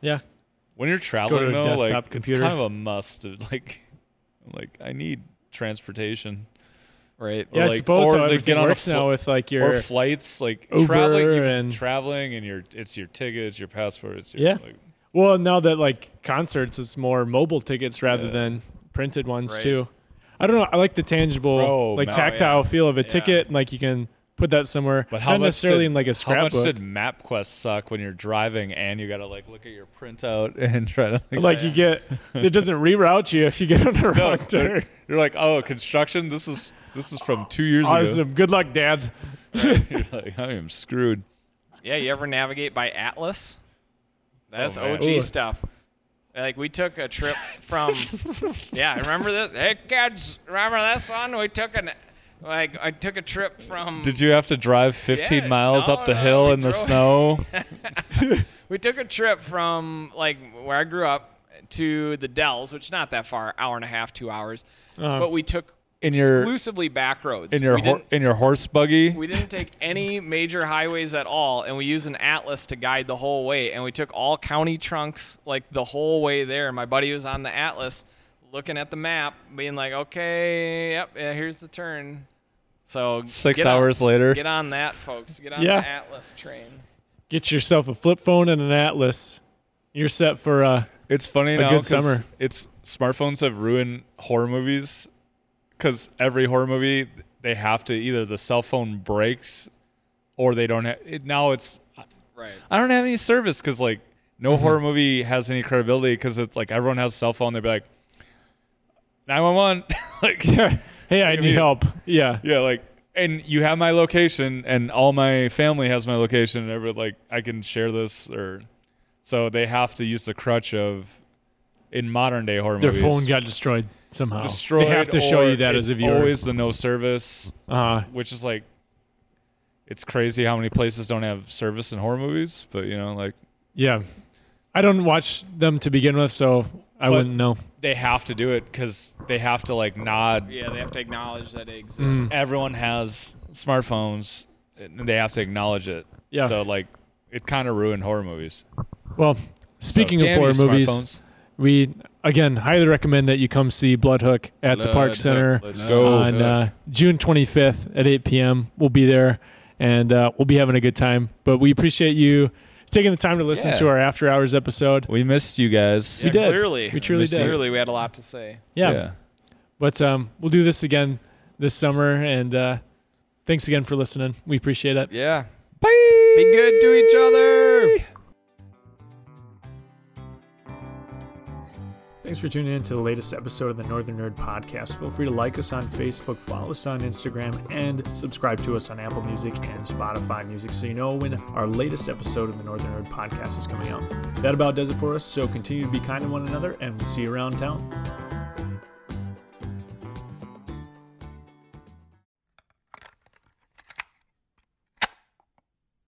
Yeah.
Yeah.
when you're traveling
a
though,
desktop
like
computer.
it's kind of a must. to, Like, like I need transportation.
Right.
Yeah, I
like-
suppose
or
how
they
everything
get on a
works
fl-
now with like
or
your
flights, like
Uber
traveling, you've-
and-
traveling, and your it's your tickets, your passport, it's your
Yeah.
like,
Well, now that like concerts is more mobile tickets rather
Yeah.
than printed ones
Right.
too. I don't know. I like the tangible,
Bro,
like
man.
tactile feel of a
Yeah.
ticket, and like you can put that somewhere.
But how
not
much
necessarily
did,
in like a
How much
scrapbook.
did MapQuest suck when you're driving and you gotta like look at your printout and try to like,
like you get, it doesn't reroute you if you get on the
No,
wrong turn.
you're, you're like, oh, construction. This is this is from two years ago.
Awesome. Good luck, Dad.
you're like, I am screwed.
Yeah, you ever navigate by Atlas? That's
man.
OG
Ooh.
stuff. Like we took a trip from, yeah, remember this? Hey kids, remember this one? We took an, like I took a trip from.
Did you have to drive 15
Yeah,
miles
no,
up the
no,
hill
we
in the
drove-
snow?
We took a trip from like where I grew up to the Dells, which is not that far, hour and a half, two hours. but we took
Uh-huh. In your-
exclusively back roads.
in your
we,
hor-
didn't,
in your horse buggy?
we didn't take any major highways at all, and we used an atlas to guide the whole way. And we took all county trunks like the whole way there. My buddy was on the atlas, looking at the map, being like, "Okay, yep, yeah, here's the turn." So
Six
get on-
hours later.
Get on that, folks. Get on
Yeah.
the Atlas train.
Get yourself a flip phone and an atlas. You're set for uh
It's funny now
good
'cause
summer.
It's smartphones have ruined horror movies because every horror movie they have to either the cell phone breaks or they don't have. It, now it's
Right.
I don't have any service because like no
Mm-hmm.
horror movie has any credibility because it's like everyone has a cell phone. They'd be like nine one one, like yeah,
hey, I need
mean-
help. Yeah.
yeah, like and you have my location and all my family has my location and every like I can share this or so they have to use the crutch of in modern day horror
Their
movies.
phone got destroyed somehow.
destroyed.
they have to show
or
you that
it's
as a viewer.
Always the no service,
uh,
which is like it's crazy how many places don't have service in horror movies, but you know like.
yeah. I don't watch them to begin with, so I
But-
wouldn't know.
they have to do it because they have to like nod.
Yeah, they have to acknowledge that it exists.
Everyone has smartphones, and they have to acknowledge it.
Yeah.
So like, it kind of ruined horror movies.
Well, speaking
So,
of
damn
horror
you,
movies,
smartphones.
we again highly recommend that you come see Bloodhook at the Park Center
Let's go.
on uh, June 25th at 8 p.m. We'll be there and uh, we'll be having a good time. But we appreciate you taking the time to listen
Yeah.
to our after hours episode.
we missed you guys.
We did.
Clearly.
We truly
Missing-
did.
Clearly, we had a lot to say.
Yeah. But um, we'll do this again this summer. And uh, thanks again for listening. We appreciate it.
Yeah. Bye. Be good to each other.
Thanks for tuning in to the latest episode of the Northern Nerd Podcast. Feel free to like us on Facebook, follow us on Instagram, and subscribe to us on Apple Music and Spotify Music so you know when our latest episode of the Northern Nerd Podcast is coming out. That about does it for us, so continue to be kind to one another, and we'll see you around town.